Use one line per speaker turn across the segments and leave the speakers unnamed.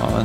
Ja,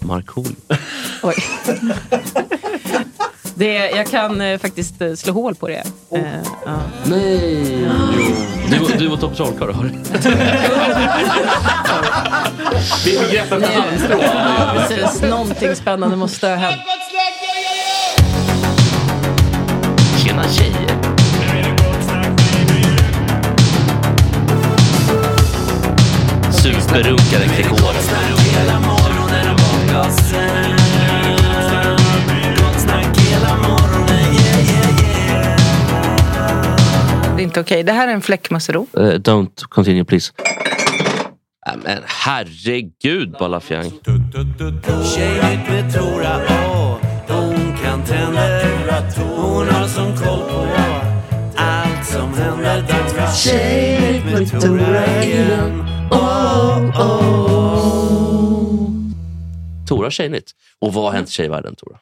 Markoolio.
Oj. Det, jag kan eh, faktiskt eh, slå hål på det. Eh, ja.
Nej! Du, du och Tobbe Trollkarl har det. Vi får greppa på
Ja, precis. Någonting spännande måste ha hänt.
Tjena tjejer! Superrunkare Gregor.
Det är inte okej. Det här är en fläckmössero.
Uh,
Eh,
Äh,
don't continue please. Nej, Men herregud Balafjang.
Tjejnytt med Tora A. Hon kan tänder. Hon har som koll på allt som händer. Dags för Tjejnytt med Tora igen. Oh, oh.
Tora Tjejnytt. Och vad har hänt i tjejvärlden Tora?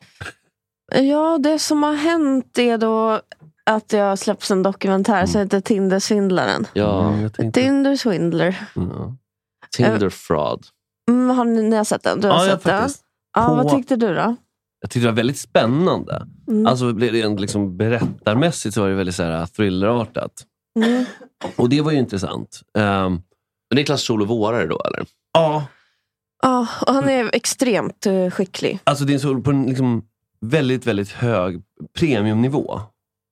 Ja, det som har hänt är då att jag har släppt en dokumentär som heter Tinder-svindlaren.
Mm. Ja, jag tänkte-
Tinder-svindler.
Ja. Tinder fraud.
Mm, har ni, ni har sett den? Du har
Ja, jag
sett den?
faktiskt.
Ja,
På-
vad tyckte du då?
Jag tyckte det var väldigt spännande.
Mm.
Alltså rent liksom berättarmässigt så var det väldigt så här, thrillerartat.
Mm.
Och det var ju intressant. Um, Niklas Solo vårare då eller? Ja,
Ja, och han är extremt eh, skicklig.
alltså det är så på en liksom väldigt, väldigt hög premiumnivå.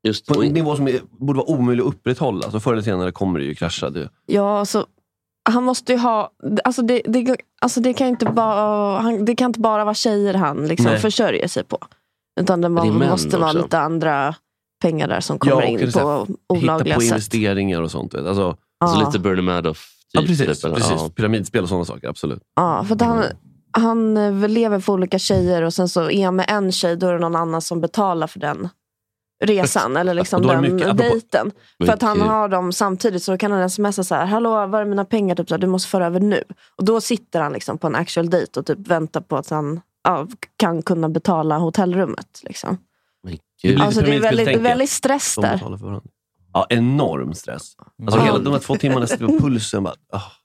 Just På en nivå som är, borde vara omöjlig att upprätthålla. Så förr eller senare kommer det ju krascha. Du.
Ja, alltså, han måste ju ha... Alltså det, det, alltså det, kan inte bara, han, det kan inte bara vara tjejer han liksom
Nej.
försörjer sig på. Utan det,
Det är män
måste vara
också.
lite andra pengar där som kommer
och
in
så här,
på
Hitta
olagliga
på
sätt.
investeringar och sånt. vet. Alltså,
Alltså Ja. lite
Bernie Madoff. ja, precis,
typ, eller?
precis.
Ja.
Pyramidspel och sådana saker. Absolut.
Ja, för att han, han eh, lever för olika tjejer och sen så är han med en tjej, då är det någon annan som betalar för den resan eller liksom
Och då är det
den
mycket- apropå-
dejten. För att han
Mycket-
har dem samtidigt så kan han smsa så här, hallå var är mina pengar? Typ så här, du måste föra över nu. Och då sitter han liksom på en actual dejt och typ väntar på att han ja, kan kunna betala hotellrummet. Liksom.
Gud.
Alltså det är väldigt, väldigt stress
De
där.
betalar för varandra. Ja, enorm stress. Alltså,
Ja.
hela, de här två timmarna sitter vi på pulsen. Bara,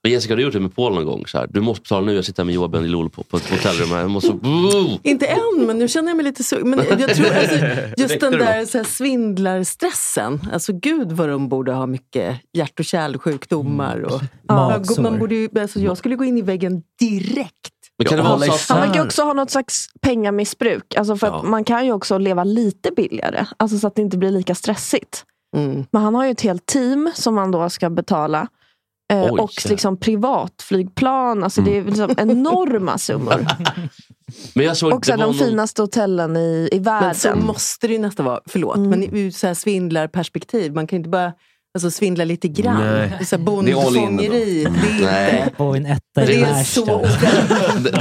Men Jessica, har du gjort det med Paul någon gång? Så här, du måste betala nu, jag sitter här med Johan Bendilol på, på ett hotellrum. här. Jag måste...
Inte än, men nu känner jag mig lite sugen. Men jag tror alltså, just
Räckte
den
det
där
då?
så här, svindlarstressen. Alltså gud vad de borde ha mycket hjärt och kärlsjukdomar. Och, ja,
Magsår.
man borde ju, alltså, jag skulle gå in i väggen direkt.
Men kan det vara så
Han verkar också ha något slags pengamissbruk. Alltså för att man kan ju också leva lite billigare. Alltså så att det inte blir lika stressigt.
Mm.
Men han har ju ett helt team som han då ska betala. Eh,
Oj,
och
shit.
liksom privatflygplan. Alltså det är liksom enorma summor.
Men jag såg,
och sen
det var
de
någon-
finaste hotellen i, i världen. Mm.
Men så måste det ju nästan vara. Förlåt, men ur så här svindlarperspektiv. Man kan ju inte bara alltså, svindla lite grann.
Nej.
Det är Så här
Det är all in ändå.
bondfångeri. Det är inte...
Och en etta
Men
i
det är
värsta.
så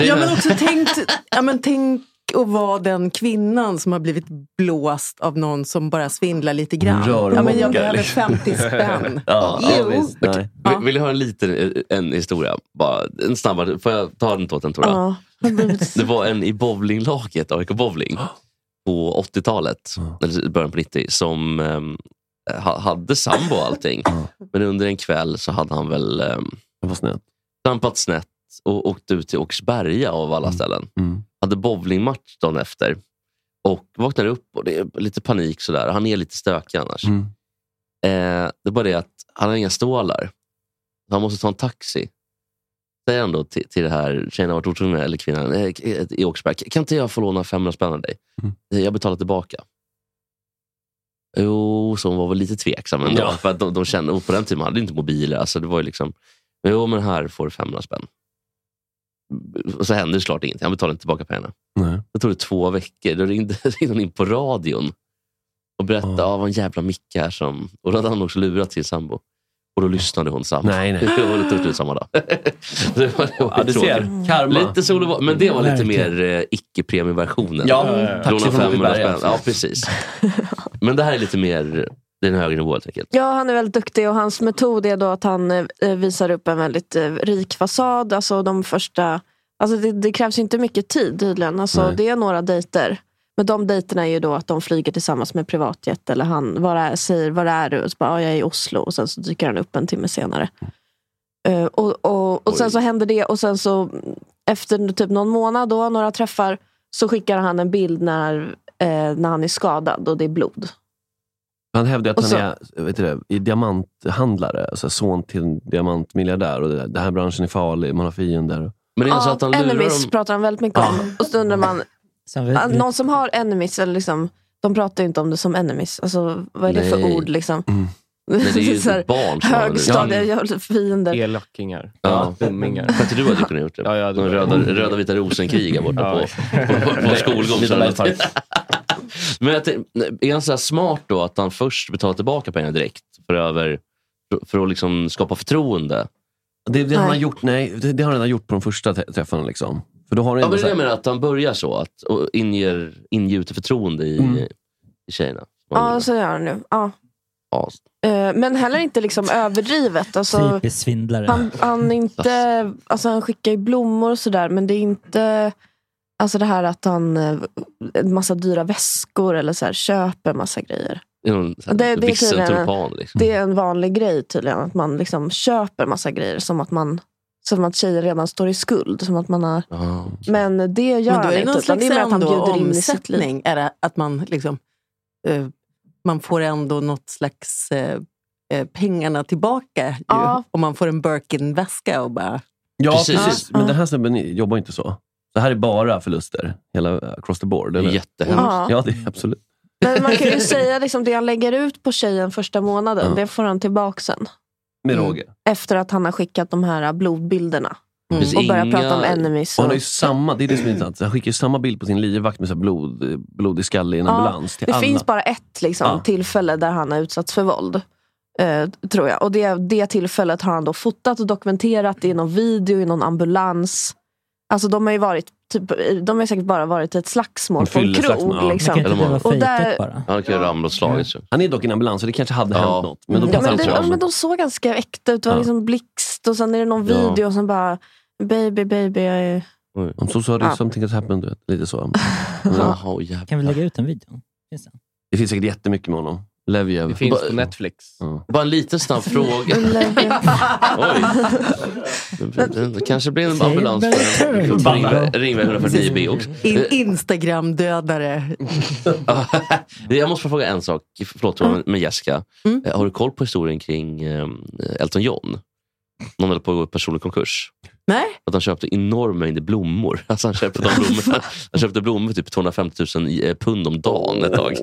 Ja, men också tänk, ja, men tänk att vara den kvinnan som har blivit blåst av någon som bara svindlar lite grann. ja, men jag behöver 50 spänn.
ja, ja,
Jo.
visst. Okej, vill- Vill du höra en liten eh, en historia? Bara, en snabbare. Får jag ta den tåten Tora?
Ja.
Det var en i bowlinglaget, AIK Bowling, på 80-talet, eller i början på 90, som ehm, ha, hade sambo och allting. Men under en kväll så hade han väl um,
snett.
trampat snett och åkt ut till Åkersberga av alla ställen. Hade bowlingmatch dagen efter och vaknar upp och det är lite panik. Sådär. Han är lite stökig annars. Eh, det är bara det att han har inga stålar. Så Han måste ta en taxi. Säger han då till, till det här tjejen han varit otrogen med, eller kvinnan eh, eh, i Åkersberga. Kan inte jag få låna 500 spänn av dig? Eh, Jag betalar tillbaka. Jo, så hon var väl lite tveksam ändå.
Ja.
För att de, de kände, och på den tiden hade de inte mobiler. Alltså det var ju liksom, men jo, men här får du 500 spänn. Och så hände det såklart ingenting. Han betalade inte tillbaka pengarna.
Nej.
Det tog det två veckor. Då ringde, ringde hon in på radion och berättade att det var en jävla mick här. Som, och då hade han också lurat sin sambo. Och då lyssnade hon samma.
Nej, nej.
och det tog slut samma dag. det var, det var
Ja, du
tråkigt.
ser. Karma.
Lite sol och, men det var lite
Verkligen.
mer eh, icke-premiumversionen.
Ja, ja, ja. Taxi
Låna
från
500
Åkersberga,
spänn.
alltså.
Ja, precis. Men det här är lite mer, det är en högre nivå helt enkelt.
Ja, han är väldigt duktig och hans metod är då att han eh, visar upp en väldigt eh, rik fasad. Alltså de första... Alltså det, det krävs ju inte mycket tid tydligen. Alltså
Nej.
det är några dejter. Men de dejterna är ju då att de flyger tillsammans med privatjet eller han var är, säger var är du? Och så bara, "Ja, jag är i Oslo och sen så dyker han upp en timme senare. Eh, och, och, och sen så händer det och sen så mm, efter typ någon månad då, några träffar, så skickar han en bild när, eh, när han är skadad och det är blod.
Han hävdar att
Och
han
så-
är vet du det, i diamanthandlare. Alltså son till en diamantmiljardär. Och det där. Den här branschen är farlig, man har fiender.
Men
ja, enemies pratar han väldigt mycket om. Och så undrar man, ah, någon som har enemies, eller liksom, de pratar ju inte om det som enemies. Alltså, vad är det för
Nej.
ord? Liksom?
Nej, det är ju
Så här,
ett barn som har
Högstadie,
det.
jag- fiender.
Elackingar.
Ja.
Bommingar.
Kan inte du hade kunnat gjort det? Ja,
det var-
typ. röda, röda vita rosenkrig här borta på, på, på, på
Nej,
skolgång.
lite
så hade-
bergspark.
Men jag tänkte, är han så här smart då att han först betalar tillbaka pengar direkt för, över, för att liksom skapa förtroende?
Det, det, han har gjort, nej, det, det har han redan gjort på de första trä- träffarna. Liksom. För då har du
Ja, men
ändå
det är
så
det jag
här,
menar, att han börjar så. Att, och inger, ingjuter förtroende i,
Mm.
i tjejerna.
Ja, så gör han nu. Ja.
Ja.
Eh, Men heller inte liksom överdrivet. Alltså,
Typ.
Typiskt svindlare.
han, han, är inte, alltså, han skickar ju blommor och sådär, men det är inte alltså det här att han eh, en massa dyra väskor eller så här, köper massa grejer.
I någon så här
Det, det, är
vissen
tydligen,
tulpan.
en-
Liksom.
det är en vanlig grej tydligen, att man liksom köper massa grejer som att man som att tjejer redan står i skuld. Som att man har...
Ja.
Men det gör
Men då
han
är det
inte.
någon
Utan
slags
det är mer att han
ändå
bjuder in i sitt liv.
omsättning. Är det att man, liksom, eh, man får ändå något slags eh, eh, pengarna tillbaka. Ju, Om man får en Birkin-väska och bara...
Ja, precis. Men den här snubben jobbar inte så. Det här är bara förluster, hela eh, across the board. Eller?
Jättehemskt. Ja.
Ja, det är absolut.
Men man kan ju säga liksom, det han lägger ut på tjejen första månaden,
Ja.
det får han tillbaka sen. Mm.
Med råge.
Efter att han har skickat de här blodbilderna.
Det finns
Och börjar
inga-
prata om enemies.
Och
Och...
han har ju samma, det är det som är intressant. Han skickar ju samma bild på sin livvakt med så här blod, blodig skalle i en
Ja,
ambulans till
det
alla.
finns bara ett liksom,
Ja.
tillfälle där han har utsatts för våld. eh, tror jag. Och det, det tillfället har han då fotat och dokumenterat i någon video, i någon ambulans. Alltså de har ju varit Typ, de har säkert bara varit i ett slagsmål på en krog. Liksom. Och där,
Han kan ju ramla och slagit sig.
Han är dock i en ambulans, så det kanske hade hänt något. Men då
Ja,
passar
men,
han
det,
på.
ja, men de såg ganska äkta ut. Det var
Ja.
liksom blixt och sen är det någon
Ja.
video som bara Baby, baby, jag är...
I'm so sorry,
Ja.
something has happened. du vet. Lite så.
Jaha, Kan vi lägga ut en video?
Mm.
Det finns säkert jättemycket med honom. Leviev.
Det finns på
Netflix.
Bara en liten snabb fråga. Oj. Det- det- Det kanske blir en ambulans. där. Ringväg- Ringväg 149B också.
In, Instagram-dödare.
Jag måste bara fråga en sak. Förlåt, Johan, med Jessica. Eh, Har du koll på historien kring eh, Elton John? Någon höll på att gå i personlig konkurs.
Nej.
Att han köpte enorm mängd blommor. Alltså han, köpte de blommorna. han köpte blommor för typ 250 000 i, eh, pund om dagen ett tag.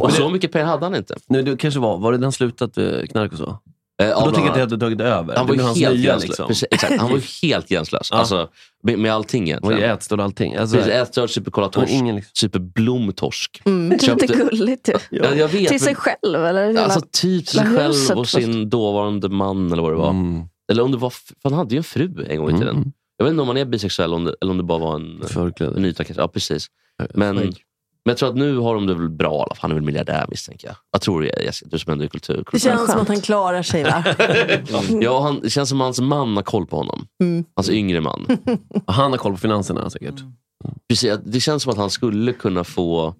Och så mycket pengar hade han inte.
Nu, det kanske var, var det den slutat eh, knark och så?
Eh, ja,
då tycker jag
bland
att det hade tagit över.
Han
Det
var ju
blev hans
helt
nya,
gränslös.
liksom.
Precis, exakt. Han var ju helt gränslös. Alltså, med, med allting egentligen.
Han var ju ätstörd och allting. Alltså,
Precis, ätstörd, superkollatorsk,
ingen
superblomtorsk.
Mm,
Köpte-
lite gulligt ju.
Ja, jag vet,
Till
men-
sig själv? Eller hela-
Alltså typ sig
hela huset
själv och
först.
sin dåvarande man eller vad det var. Eller om det var, för han hade ju en fru en gång i tiden. Jag vet inte om han är bisexuell om det, eller om det bara var en,
en
yta. Kanske. Ja, precis. Men, men jag tror att nu har de det väl bra. i alla fall. Han är väl miljardär misstänker jag. Vad tror du Jessica? Du som ändå är kultur.
Det känns som att han klarar sig va?
ja, han, det känns som att hans man har koll på honom.
Mm.
Hans yngre man.
Han har koll på finanserna säkert.
Precis, att det känns som att han skulle kunna få,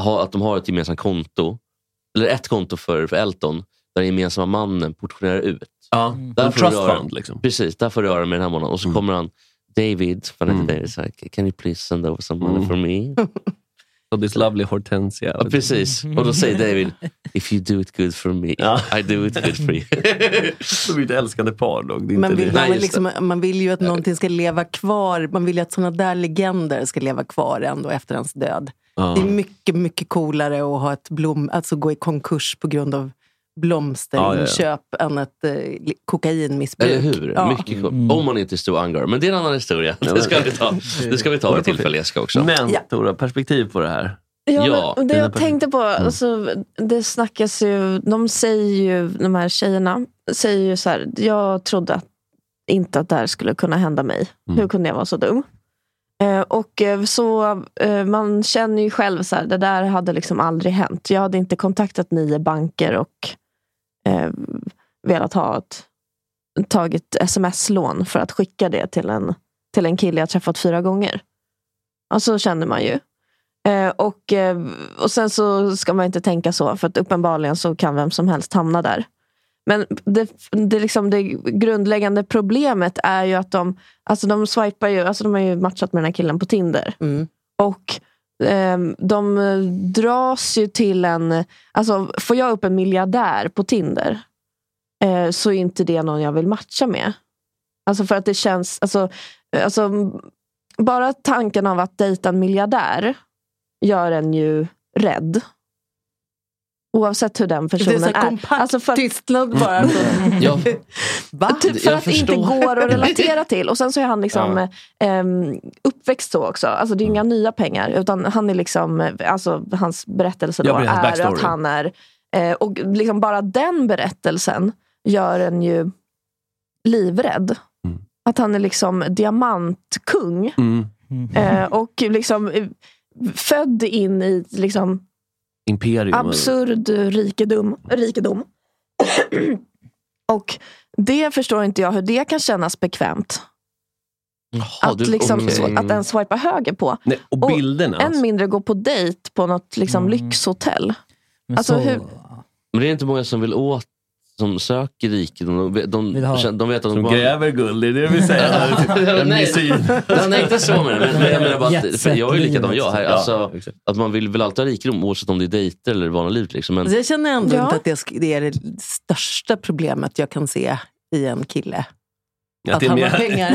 ha, att de har ett gemensamt konto. Eller ett konto för, för Elton, där den gemensamma mannen portionerar ut.
Ja,
Mm.
där
en
får du
trust
röra-
fund, liksom. Mm.
Precis, där får du röra med den här månaden. Och så kommer han, David, för han heter David, så här, can you please send over some money for me?
So Mm. this lovely hortensia.
Ja, precis, och då säger David, if you do it good for me, I do it good for you.
De är ju ett älskande par dock. Det är
Man
inte
vill,
det.
man, vill liksom, man vill ju att någonting ska leva kvar. Man vill ju att såna där legender ska leva kvar ändå efter hans död.
Ja.
Det är mycket, mycket coolare att ha ett blom, alltså gå i konkurs på grund av blomsterinköp än ett eh, li- kokainmissbruk.
Eller hur?
Ja.
Mycket mm. Om man inte är stor anger. Men det är en annan historia. Det ska vi ta, det ska vi ta vid tillfälle Jessica också.
Men Tora, perspektiv på det här.
Ja, men det
Dina
jag
perspektiv.
tänkte på,
Mm.
alltså, det snackas ju, de säger ju, de här tjejerna, säger ju så här, jag trodde att, inte att det här skulle kunna hända mig. Hur kunde jag vara så dum? Eh, och eh, så, eh, man känner ju själv så här, det där hade liksom aldrig hänt. Jag hade inte kontaktat nio banker och eh, velat ha ett, tagit sms-lån för att skicka det till en, till en kille jag träffat fyra gånger. Och så känner man ju. Eh, och, eh, och sen så ska man inte tänka så, för att uppenbarligen så kan vem som helst hamna där. Men det, det, liksom, det grundläggande problemet är ju att de, alltså de swipar ju, alltså de har ju matchat med den här killen på Tinder.
Mm.
Och ehm, de dras ju till en, alltså får jag upp en miljardär på Tinder eh, så är inte det någon jag vill matcha med. Alltså för att det känns, alltså, eh, alltså m- bara tanken av att dejta en miljardär gör en ju rädd. Oavsett hur den
Det är
personen
så
är. Alltså
kompakt tystnad bara.
Ja.
Typ för
Jag
att det inte
förstår.
går att relatera till. Och sen så är han
Ja.
liksom
Mm.
eh, em, uppväxt så också. Alltså det är inga nya pengar. Utan han är liksom, eh, alltså hans berättelse
Ja,
då
men hans
är
backstory.
att han är, eh, och
Mm.
liksom bara den berättelsen gör en ju livrädd. Att han är liksom diamantkung. Eh, och liksom eh, född in i liksom
Imperium. eller-
absurd rikedom. rikedom. och det förstår inte jag hur det kan kännas bekvämt.
Jaha,
att,
du-
liksom,
okej.
sw- att ens swipa höger på.
Nej, och bilderna. alltså.
än mindre gå på dejt på något liksom, lyxhotell.
Mm. Men
alltså,
så-
hur,
Men det är inte många som vill åt, som söker rikedom. De, vet- de,
Vill ha.
de, de vet att de
Som
bara-
gräver guld, det är det du vill säga? En
Nej,
missil.
nej, inte så menar jag. Men jag menar bara att, för jag är ju likadan jag här.
Ja,
Alltså, att man vill väl alltid ha rikedom oavsett om det är dejter eller vanligt liv. Liksom. Men,
Alltså jag känner ändå
Ja.
inte att det sk- det är det största problemet jag kan se i en kille.
Ja,
att
det är
han
mer-
har pengar.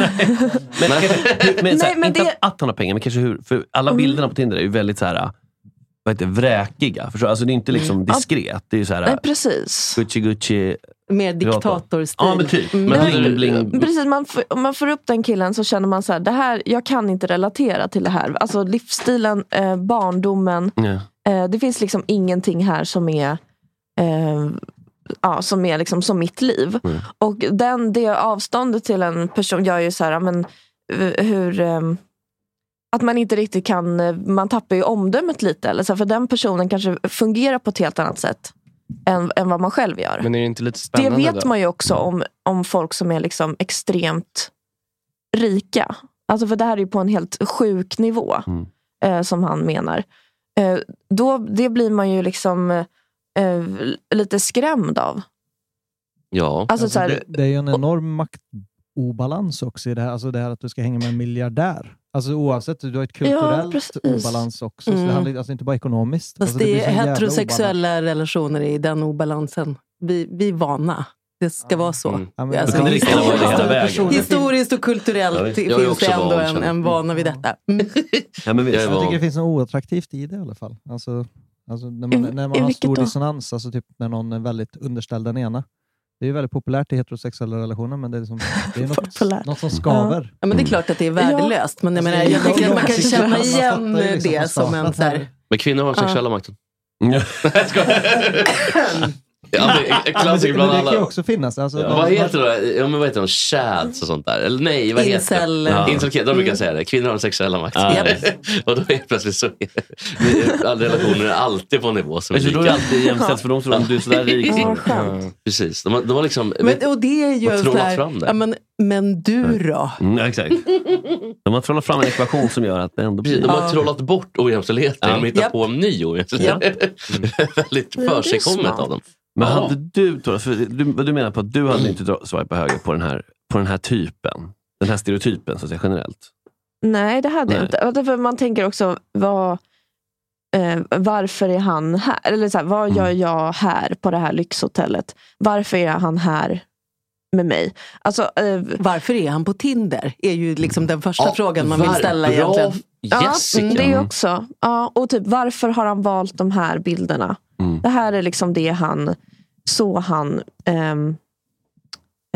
Men, kanske- hur- men, så här,
Nej, men
inte
det-
att- att han har pengar, men kanske hur. För alla bilderna på Tinder är ju väldigt så här, vad heter det, vräkiga. Förstår? du? Alltså, det är inte liksom
Mm. Ja.
diskret. Det är ju så här,
nej, precis.
Gucci Gucci.
Mer
privata.
diktatorstil.
Ja, men typ.
Mm.
Men
Nej,
bling, bling,
men Precis, man får, om man får upp den killen så känner man så här, det här, jag kan inte relatera till det här. Alltså livsstilen, eh, barndomen.
Ja.
Eh, det finns liksom ingenting här som är eh, ja, som är liksom som mitt liv.
Mm.
Och den, det avståndet till en person gör ju så här, ja, men, eh, hur ehm, att man inte riktigt kan, eh, man tappar ju omdömet lite. Eller så, här, för den personen kanske fungerar på ett helt annat sätt än, än vad man själv gör.
Men är det inte lite
Det
spännande
vet
då?
man ju också om, om folk som är liksom extremt rika. Alltså för det här är ju på en helt sjuk nivå,
Mm.
eh, som han menar. Eh, då, det blir man ju liksom eh, lite skrämd av.
ja.
Alltså, så här-
det, det är ju en enorm maktobalans också i det här, alltså det här att du ska hänga med en miljardär. Alltså oavsett, du har ett kulturellt
precis.
obalans också. Så det
Mm.
handlar alltså inte bara ekonomiskt.
Fast
alltså,
det,
blir så
är
en jävla
heterosexuella relationer i den obalansen. Vi, vi är vana. Det ska vara så.
Ja, men
Alltså,
då kan det lika gärna vara hela vägen.
historiskt och
Ja, visst.
kulturellt
Jag är
finns
också
det ändå
van,
en,
känner jag.
en vana vid detta. Mm.
Ja, men
obalans.
visst.
Jag tycker det finns något oattraktivt i det i alla fall. Alltså, alltså när man,
I-
när
i
man har
vilket
stor
då?
dissonans, alltså typ när någon är väldigt underställd den ena. Det är ju väldigt populärt i heterosexuella relationer, men det är, liksom, det är något, något som skaver. Alltså,
Ja, men det är klart att det är värdelöst, men jag, menar, jag tycker att man kan känna igen det som en... Så här,
men kvinnor har den sexuella
Ja.
makten. Ja, men, en klassiker
men
bland
det kan ju
alla.
också finnas. Alltså,
Ja.
de-
Vad heter det? Ja, men vad heter de? Chads och sånt där? Eller nej, vad heter
Incel.
det?
Ja.
Incel. De brukar säga det. Kvinnor har den sexuella makten.
Ja.
och då är det plötsligt så. Alla relationer är alltid på en nivå som är
Eftersom
lika.
då är det alltid jämställt för dem, så de- du är sådär rik. Ja, vad skönt.
Ja, Precis. De, har- de har liksom...
men, och det är ju
Vad
en
tror
så
man
här,
fram där?
ja, men, men du då?
Mm, ja, exakt. De har trollat fram en ekvation som gör att det ändå blir...
Precis, de har trollat bort ojämställdheten. De hittar
Japp.
på en ny ojämställdhet. Väldigt försigkommet av dem.
Men
Ja.
hade du, Torres, för du, vad du menar på att du hade inte dra- swipat höger på den, här, på den här typen? Den här stereotypen, så att säga, generellt?
Nej, det hade
Nej.
jag inte. Och därför Man tänker också, vad, eh, varför är han här? Eller så här, vad gör jag här på det här lyxhotellet? Varför är han här med mig? Alltså,
varför är han på Tinder? är ju liksom den första
Ja,
frågan man vill
var-
ställa
bra
egentligen.
Ja, mm, det också. Ja, och typ varför har han valt de här bilderna? Det här är liksom det han, så han ehm,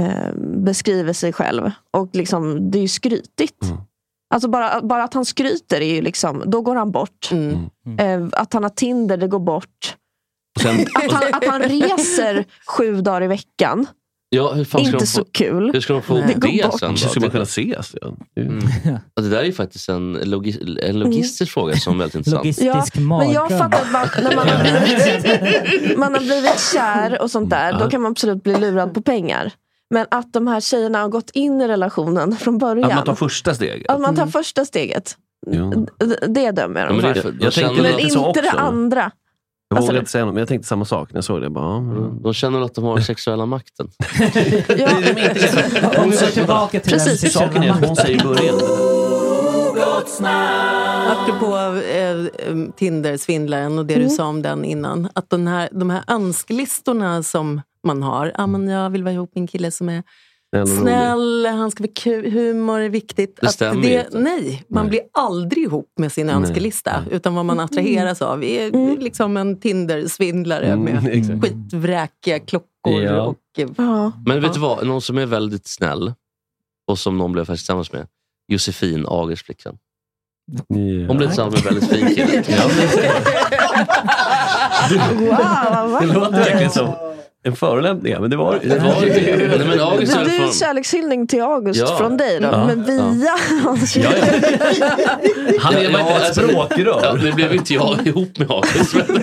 ehm, beskriver sig själv. Och liksom, det är ju skrytigt. Alltså bara, bara att han skryter är ju liksom, då går han bort. Eh, att han har Tinder, det går bort.
Och sen,
Att han, att han reser sju dagar i veckan.
Ja, hur fan ska
Inte
de få,
så kul.
Hur ska de få
Nej.
ihop
Det går
det
bort.
sen då?
Hur ska man kunna ses? Ja.
Ja, det där är ju faktiskt en, logi- en logistisk fråga som är väldigt intressant.
Men jag fattar att man, när man har, blivit, man har blivit kär och sånt där, då kan man absolut bli lurad på pengar. Men att de här tjejerna har gått in i relationen från början.
Att man tar första steget.
att man tar
Mm.
första steget.
Jo.
D- Det dömer jag
Ja,
dem
men det-
för.
jag tänkte
men
lite så
inte det
också.
andra.
Jag
Alltså-
vågade inte säga något, men jag tänkte samma sak när jag såg det. Jag Bara, "Mm." ja, men-
De känner att de har den sexuella makten.
Om vi går tillbaka till
Precis.
den
Saken är att hon säger i början,
Apropå eh, eh, Tinder-svindlaren och det du
Mm.
sa om den innan. Att den här, de här önsklistorna som man har. Ah, men jag vill vara ihop med en kille som är
Snäll och rolig.
snäll, han ska vara kul, humor är viktigt.
Det stämmer ju inte.
Nej, man blir aldrig ihop med sin
Nej.
önskelista. Utan vad
Mm.
man attraheras av är liksom en Tinder-svindlare
Mm,
med
exakt.
skitvräkiga klockor.
Ja.
Och,
Men vet du vad? Någon som är väldigt snäll och som någon blev faktiskt tillsammans med. Josefin Agers flickvän. Hon blev tillsammans med en väldigt fin kille.
Wow, vad
Det låter verkligen som... En förolämpning, ja, men det var det.
var inte det. Nej, men
Det
August
blir en
från,
kärlekshyllning till August
Ja.
från dig då,
Ja.
men via hans
Ja, ja.
ja.
han är
Ja, ett språkrör.
alltså, Ja, nu blev inte jag ihop med August. Men,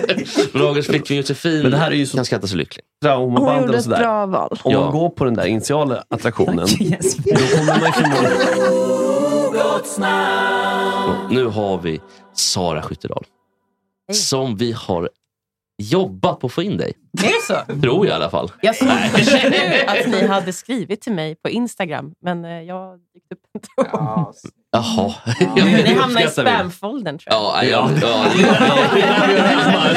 men August flickvän Josefin men det här är ju så... kan skratta sig lycklig.
Hon
Traumabanden
gjorde
och
ett
sådär.
bra val.
Om
Ja.
man går på den där initiala attraktionen.
Och Nu har vi Sara Skyttedal. Som vi har jobbat på att få in dig.
Är det så?
Tror jag i alla fall.
Jag såg först nu att ni hade skrivit till mig på Instagram, men eh, jag dykt upp inte då.
Jaha.
Ni hamnade i
Uppskattar vi.
spamfoldern tror jag.
Ja, nej, ja, ja,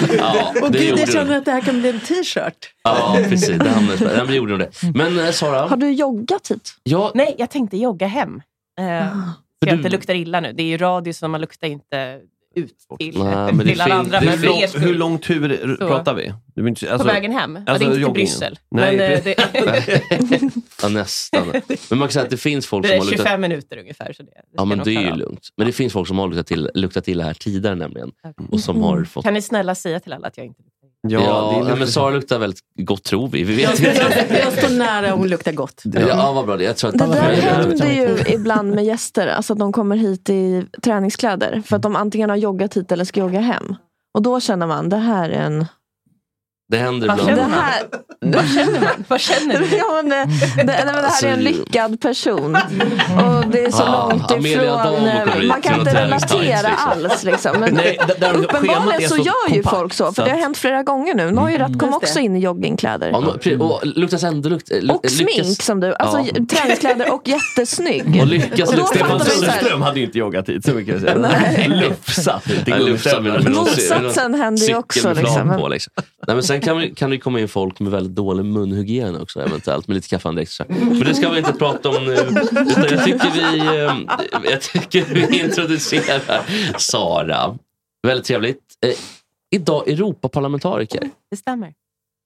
det- ja,
Och
det
gud,
gjorde
jag
du.
känner att det här kan bli en t-shirt.
Ja, precis. Det hamnade i spam. Nej, men det gjorde nog det. Men eh, Sara.
du joggat hit?
Ja.
Nej, jag tänkte jogga hem. Eh, så jag
du-
inte luktar illa nu. Det är ju radio, så man luktar inte ut till, eh,
Nej,
till alla andra. Men
hur,
för
lång,
er
hur
skull.
lång tur r-
Så.
pratar vi? Det är inte- alltså-
på vägen hem. ja, det är
alltså
inte till
joggingen.
Bryssel.
Nej,
men, eh,
precis.
det,
Ja, nästan. Men man kan säga att det finns folk
det
som
är
har
25
luktat...
minuter ungefär. Så det, det
Ja,
ska
men
nog
det är
klara
ju
av.
lugnt. Men det finns folk som har luktat till, luktat till det här tidigare nämligen. Och som
Mm.
har fått...
Kan ni snälla säga till alla att jag inte...
Ja,
det är
nej, men
luktar-
Sara luktar väldigt gott tror vi. Vi
Jag,
vet inte.
jag, jag står nära och hon luktar gott.
Ja, ja vad bra. det- Jag tror att
Det där
Nej,
händer ju ibland med gäster, alltså att de kommer hit i träningskläder. För att de antingen har joggat hit eller ska jogga hem. Och då känner man, det här är en...
Det händer
Vad
ibland.
känner man? Det här-
Vad känner man? Vad känner du?
Ja, men det, det, nej, men det här är en lyckad person. Och det är så
Alltså, Ah,
långt
Amelia
ifrån...
Damo
eh,
kommer hit
Man kan
till
inte
något Times,
relatera
liksom.
alls. Liksom. Men
Nej, d- där- schemat är
uppenbarligen så
så
gör ju
kompakt,
folk så.
så
För det har
att-
hänt flera gånger nu.
Mm.
Noirat kom
Just det.
också in i joggingkläder.
Ja, men, precis. och luktas ändå lukt, eh, lu-
Och smink som du. Alltså
Ja.
träningskläder och jättesnygg.
Och lyckas
och då
lukta-
Stefan
fattar man så här,
Söderström hade ju inte joggat hit, så mycket kan jag
Nej.
säga. Lufsat hit till
Ja, lufsa med- med någon-
Motsatsen händer ju också,
cykelplan
liksom.
På, liksom. Nej, men sen kan, vi, kan det ju komma in folk med väldigt dålig munhygien också eventuellt. Med lite kaffeandräkt. så här. Men det ska vi inte prata om nu. Utan jag tycker vi, eh, jag tycker vi introducerar Sara. Väldigt trevligt. Eh, idag Europaparlamentariker.
Det stämmer.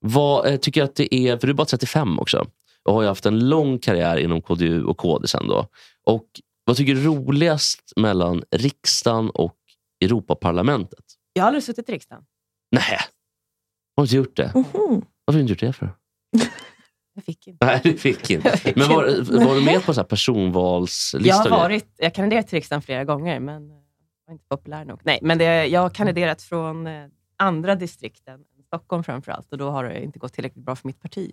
Vad eh, tycker jag att det är, för du är bara 35 också och har ju haft en lång karriär inom KDU och KD sen då. Och vad tycker du är roligast mellan riksdagen och Europaparlamentet?
Jag har aldrig suttit i riksdagen.
Nej, har du inte gjort det? Varför har du inte gjort det för?
Jag fick inte.
Nej, det fick inte.
fick
Men var,
inte.
var du
Nej.
med på så här personvalslista?
Jag
och
har
grejer?
varit, jag kandiderat till riksdagen flera gånger, men eh, var inte populär nog. Nej, men det, jag har kandiderat från eh, andra distrikten, Stockholm framför allt, och då har det inte gått tillräckligt bra för mitt parti.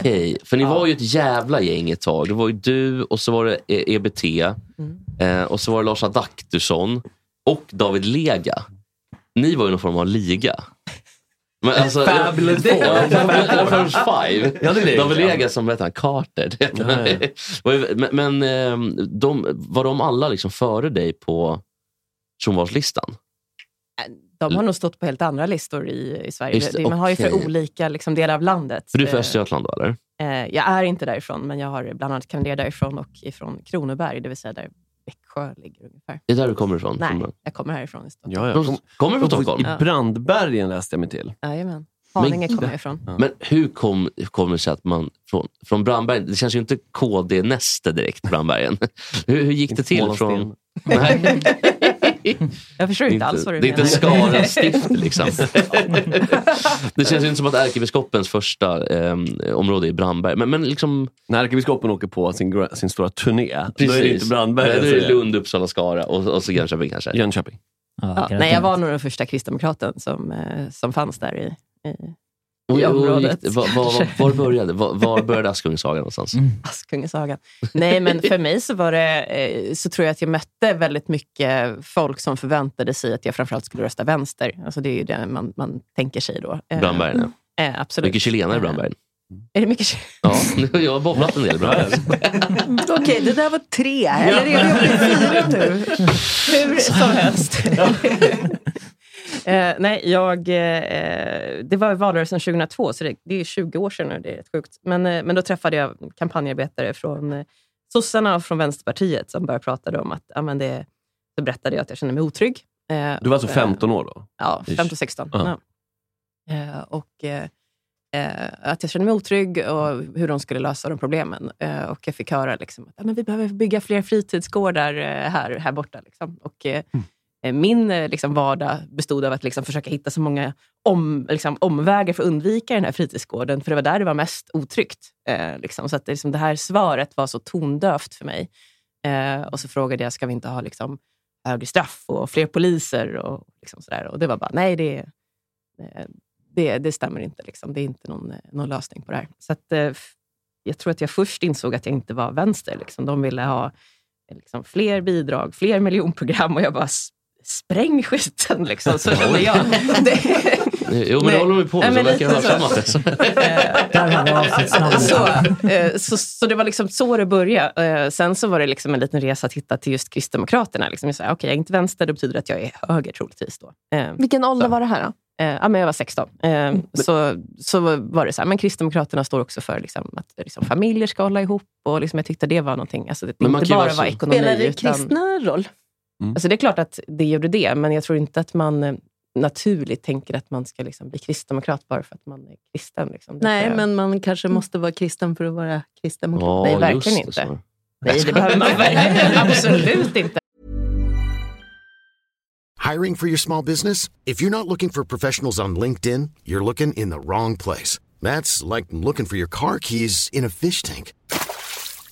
Okej, för ni var ju ett jävla gäng ett tag. Det var ju du och så var det E- EBT
Mm.
eh, och så var det Lars Adaktusson och David Lega. Ni var ju någon form av liga. Men alltså,
Fabulous Four.
Ja, Fabulous Five.
Ja, det är det.
David Lega som hette han Carter. Det hette han.
Ja, ja.
Var ju- men men eh, de, var de alla liksom före dig på personvalslistan?
Eh, De har nog stått på helt andra listor i, i Sverige.
Just det,
det, man har ju för
okej.
olika liksom, delar av landet.
För du är
Eh,
från Östergötland då, eller?
Eh, jag är inte därifrån, men jag har bland annat kandiderat därifrån och ifrån Kronoberg, det vill säga där Växjö ligger ungefär.
Det är där du kommer ifrån?
Nej,
Från-
jag kommer härifrån i Stockholm.
Ja, ja.
De kommer från Stockholm?
I Brandbergen läste jag mig till.
Jajamän. Haninge
Men-
kommer jag ifrån.
Men hur kom, hur kommer det sig att man från, från Brandbergen, det känns ju inte KD-näste direkt, Brandbergen. hur, hur gick det till? från Nej.
Jag förstår inte alls vad du
Det är inte
menar.
Skara stift liksom. det känns ju inte som att ärkebiskopens första ehm, område är Brandberg. Men, men liksom...
När ärkebiskopen åker på sin, gra- sin stora turné, då är det inte
Precis.
Brandbergen.
Nej, Då är
så
det Lund, Uppsala, Skara och, och så Jönköping kanske.
Jönköping.
Ja, nej, jag var nog den första kristdemokraten som, eh, som fanns där i, i,
Och-
i
och- och-
området.
Var, var, var började, var, var började Askungssagan någonstans?
Mm.
Kungasagan. Nej, men för mig så var det, eh, så tror jag att jag mötte väldigt mycket folk som förväntade sig att jag framförallt skulle rösta vänster. Alltså det är ju det man, man tänker sig då. Eh,
Brandbergen,
eh, Absolut.
Mycket chilenare i Brandbergen.
Är det mycket
Ja, jag har bowlat en del i Brandbergen.
Okej, det där var tre. Eller är vi uppe i fyra nu?
Hur som helst. eh, nej, jag, eh, det var i valrörelsen 2002, så det, det är 20 år sedan nu. Det är rätt sjukt. Men, eh, men då träffade jag kampanjarbetare från eh, sossarna och från Vänsterpartiet som började prata om att ja, men det, så berättade jag att jag kände mig otrygg. Eh,
Du var alltså
och, eh,
15 år då?
Ja,
Ish.
15, 16.
Ja.
Ja. Eh, och, eh, eh, att jag kände mig otrygg och hur de skulle lösa de problemen. Eh, och jag
Mm.
fick höra liksom, att "Ja, men vi behöver bygga fler fritidsgårdar eh, här, här borta. Liksom. Och, eh, eh, min eh, liksom, vardag bestod av att liksom, försöka hitta så många om, liksom, omvägar för att undvika den här fritidsgården, för det var där det var mest otryggt. Eh, liksom. Så att, det- liksom, det här svaret var så tondövt för mig. Eh, och så frågade jag, ska vi inte ha liksom, högre straff och fler poliser? Och, liksom, sådär. och det var bara, nej, det, eh, det, det stämmer inte. Liksom. Det är inte någon, eh, någon lösning på det här. Så att, eh, f- jag tror att jag först insåg att jag inte var vänster. Liksom. De ville ha eh, liksom, fler bidrag, fler miljonprogram och jag bara, "S- spräng skiten! Liksom. Så kände jag. Det,
Jo, men
Nej.
det håller vi på med, så
Nej, men
verkar
lite så. Eh,
hörsamma.
Där hade jag avsnittsnamnet.
så, eh, så, så det var liksom så det började. Eh, Sen så var det liksom en liten resa att hitta till just Kristdemokraterna. Liksom jag, sa, okay, jag är inte vänster, det betyder att jag är höger troligtvis. Då. Eh,
Vilken ålder var det här då?
Eh, ja, men jag var 16. Eh,
Mm.
så, så var det så här, men Kristdemokraterna står också för liksom, att liksom, familjer ska hålla ihop. Och liksom, jag tyckte det var någonting, alltså, det
Men man
inte
kan ju
bara
vara så-
var ekonomi.
Spelar det
utan-
kristna roll?
Alltså, det är klart att det gjorde det, men jag tror inte att man eh, naturligt tänker att man ska liksom, bli kristdemokrat bara för att man är kristen. Liksom. Det tror
Nej,
jag- Mm.
men man kanske måste vara kristen för att vara kristdemokrat.
Nej, verkligen inte. Nej, det behöver man verkligen absolut inte.
Hiring for your small business? If you're not looking for professionals on LinkedIn, you're looking in the wrong place. That's like looking for your car keys in a fish tank.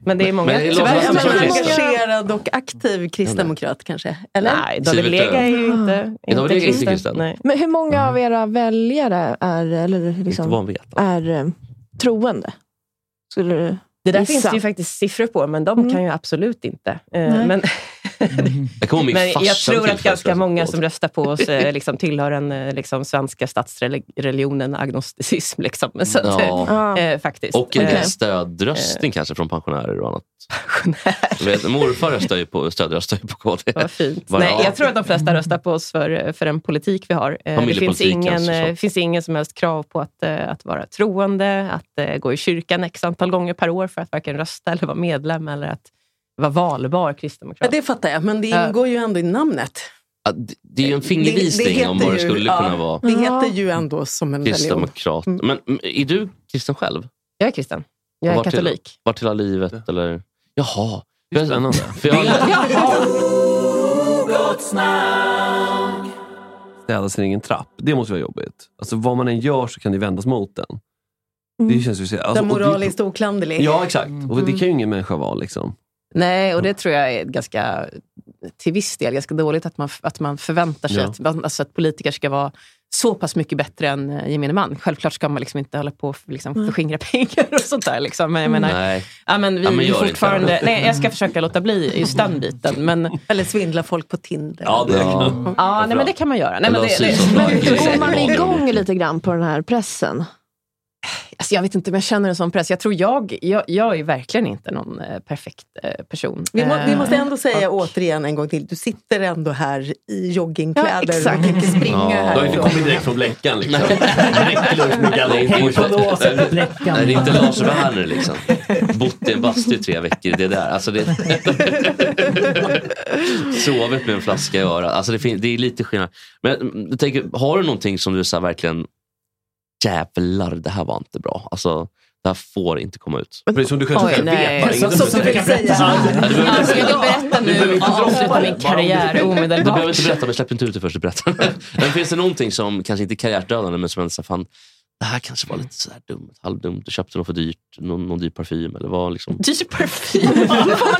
Men det är många...
Men det låter
tyvärr,
som
många-
en
Engagerad och aktiv kristdemokrat kanske? Eller?
Nej, David Lega är ju inte,
Ja, David Lega är inte
kristen.
kristen.
Nej.
Men hur många av era väljare är, eller
Inte vad
liksom,
han vet.
är eh, troende? Skulle du
Det där
gissa?
finns det ju faktiskt siffror på, men de
Mm.
kan ju absolut inte. Eh,
Nej.
Men,
Jag kommer ihåg min
men jag
farsa
tror att
tillfället
ganska
för-
många som röstar på oss eh, liksom, tillhör den eh, liksom, svenska statsreligionen agnosticism. Liksom. Så att, eh,
Ja.
eh, faktiskt.
Och en
Eh,
del stödröstning kanske från pensionärer och annat. Pensionärer? Vet, morfar röstar ju på, stödröstar ju på KD. Vad
fint. Nej, jag tror att de flesta röstar på oss för, för den politik vi har. Eh, Det finns
Familjepolitik
ingen,
kanske, så.
eh, finns ingen som helst krav på att, eh, att vara troende, att eh, gå i kyrkan x antal gånger per år för att varken rösta eller vara medlem eller att vara valbar kristdemokrat.
Ja, det fattar jag, men det
Ja.
ingår ju ändå i namnet.
Ja, det- Det är ju en fingervisning
heter
om vad det
ju-
skulle
ja,
kunna vara.
Det heter ju ändå som en religion.
Kristdemokrat. Men mm, är du kristen själv?
Jag är kristen. Jag är
Vart till-
katolik.
Vart till livet eller? Jaha, det är spännande. För jag,
städa sin egen trapp. Det måste vara jobbigt. Alltså, vad man än gör så kan det vändas mot den. Det känns ju så, alltså,
Mm. Den
och det-
moraliskt oklanderlig. Mm.
Ja, exakt. Och det kan ju ingen människa vara. Liksom.
Nej, och det tror jag är ganska, till viss del ganska dåligt att man, att man förväntar sig
Ja.
att, man- alltså att politiker ska vara så pass mycket bättre än eh, gemene man. Självklart ska man liksom inte hålla på och liksom
Mm.
Nej.
förskingra pengar och sånt där. Liksom. Men jag menar,
Nej.
Ja, men vi
Ja, men
är ju
gör inte
fortfarande...
det.
Nej, jag ska försöka låta bli just den biten. Men... Eller svindla folk på Tinder.
Ja, det kan man.
ja. nej, men det kan man göra. Nej, men
Eller
det,
asylsökande.
det,
Går man igång lite grann på den här pressen?
Alltså, jag vet inte om jag känner en sån press. Jag tror jag, jag, jag är verkligen inte någon eh, perfekt eh, person.
Vi, må, vi
Eh,
måste ändå säga återigen en gång till, du sitter ändå här i joggingkläder
Ja, exakt.
och tänker springa
Ja. Du har inte
härifrån.
kommit direkt från Bleckan. Liksom. Direkt lunch med galopp.
Nej, det är inte Lars Werner liksom. Bott i en bastu i tre veckor. Det där. Alltså, det... Sovit med en flaska i örat. Alltså, det, fin- det är lite skillnad. Men mm, jag tänker, har du någonting som du så här, verkligen jävlar, det här var inte bra. Alltså, det här får inte komma ut.
Precis som du kanske
Oj,
själv
nej.
vet. va? Ingen
Som- som
som-
du fick säga.
Alltså,
Ja,
Ska du berätta
Du behöver
nu
inte
och avsluta min karriär
Du
omedelbart?
behöver inte berätta, men släpp inte ut det först du berättar. men finns det någonting som kanske inte är karriärdödande, men som ändå så här, fan, det här kanske var lite sådär dumt, halvdumt. Du köpte något för dyrt, någon, någon dyr parfym eller vad liksom.
Dyr parfym. får man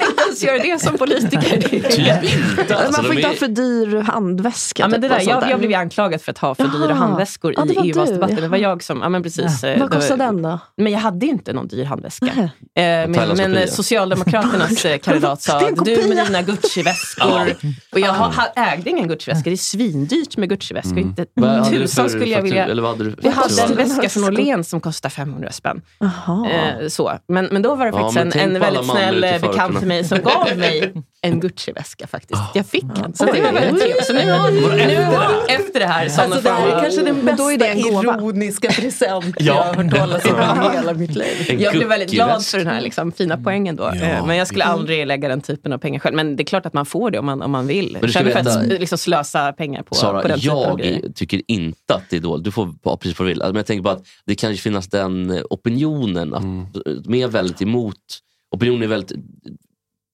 inte ens göra det som politiker?
inte.
Man
Alltså,
får
de
inte
är-
ha för dyr handväska.
Ja, men
typ,
det
och
där,
sånt
jag, jag blev ju anklagad för att ha för dyra
Jaha.
handväskor
Ja, det
i
var du,
EU-valsdebatten. Det var
jaha.
jag som... Ja, men precis. eh,
Vad
det var-
kostar den då?
Men jag hade inte någon dyr handväska. Eh, men
Thailands
men eh,
kopia.
Socialdemokraternas eh, kandidat sa
Det är en
att du med
kopia.
dina Gucci-väskor.
Ja.
Och jag har, ha- ägde ingen Gucci-väska. Det är svindyrt med Gucci-väskor.
Mm.
Inte
Vad hade du
tusan
för
skulle jag
faktur-
vilja...
eller vad hade du för
jag hade en
faktur?
väska från Åhléns som kostade 500 spänn. Eh, så. Men, men då var det
Ja,
faktiskt
men tänk
en,
på
en
alla
väldigt
mannar
snäll
ute i
eh, bekant
förorterna.
till mig som gav mig en Gucci-väska faktiskt. Jag fick den. Så det var
Oj.
väldigt trevligt. Så nu, har-
Var det
nu
efter
har- efter det här. så-
Alltså, det här är kanske den
Men då är
bästa
det en gåva.
ironiska present
Ja.
jag har hört talas om i hela mitt liv.
Jag blev väldigt glad för den här liksom, fina
Mm.
poängen då.
Ja.
Eh, Men jag skulle
Mm.
aldrig lägga den typen av pengar själv. Men det är klart att man får det om man, om man vill.
Men du ska
Känner för att
veta-
s- liksom, slösa pengar på,
Sara,
på den typen av
jag
grejer.
tycker inte att det är dåligt. Du får ha precis vad du vill. Alltså, Men jag tänker bara att det kan ju finnas den eh, opinionen. Att, De är väldigt emot. Opinionen är väldigt...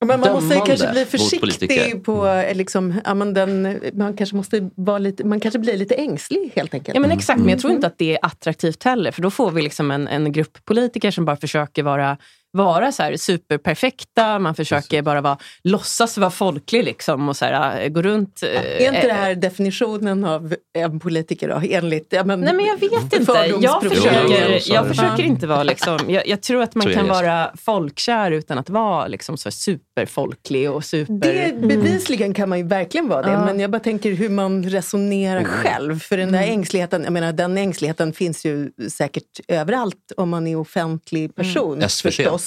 Men man måste
dömande
kanske bli
mot politiker.
försiktig på eh, liksom, ja, men den, man kanske måste vara lite, man kanske blir lite ängslig helt enkelt.
Ja, men exakt, men jag tror inte att det är attraktivt heller. För då får vi liksom en, en grupp politiker som bara försöker vara, vara så här superperfekta. Man försöker bara vara, låtsas vara folklig liksom och så här, eh, gå runt. eh,
Är inte det
eh,
här definitionen av en politiker då, enligt ja, men,
Nej men jag vet inte. Jag
fördomsprofilen?
försöker, jag försöker inte vara liksom... Jag, jag tror att man
Så är
kan
det.
vara folkkär utan att vara liksom så superfolklig och super... Mm.
Det, bevisligen kan man ju verkligen vara det,
Ja.
men jag bara tänker hur man resonerar
Mm.
själv. För den där ängsligheten, jag menar den ängsligheten finns ju säkert överallt om man är offentlig person
Mm. SVT.
förstås.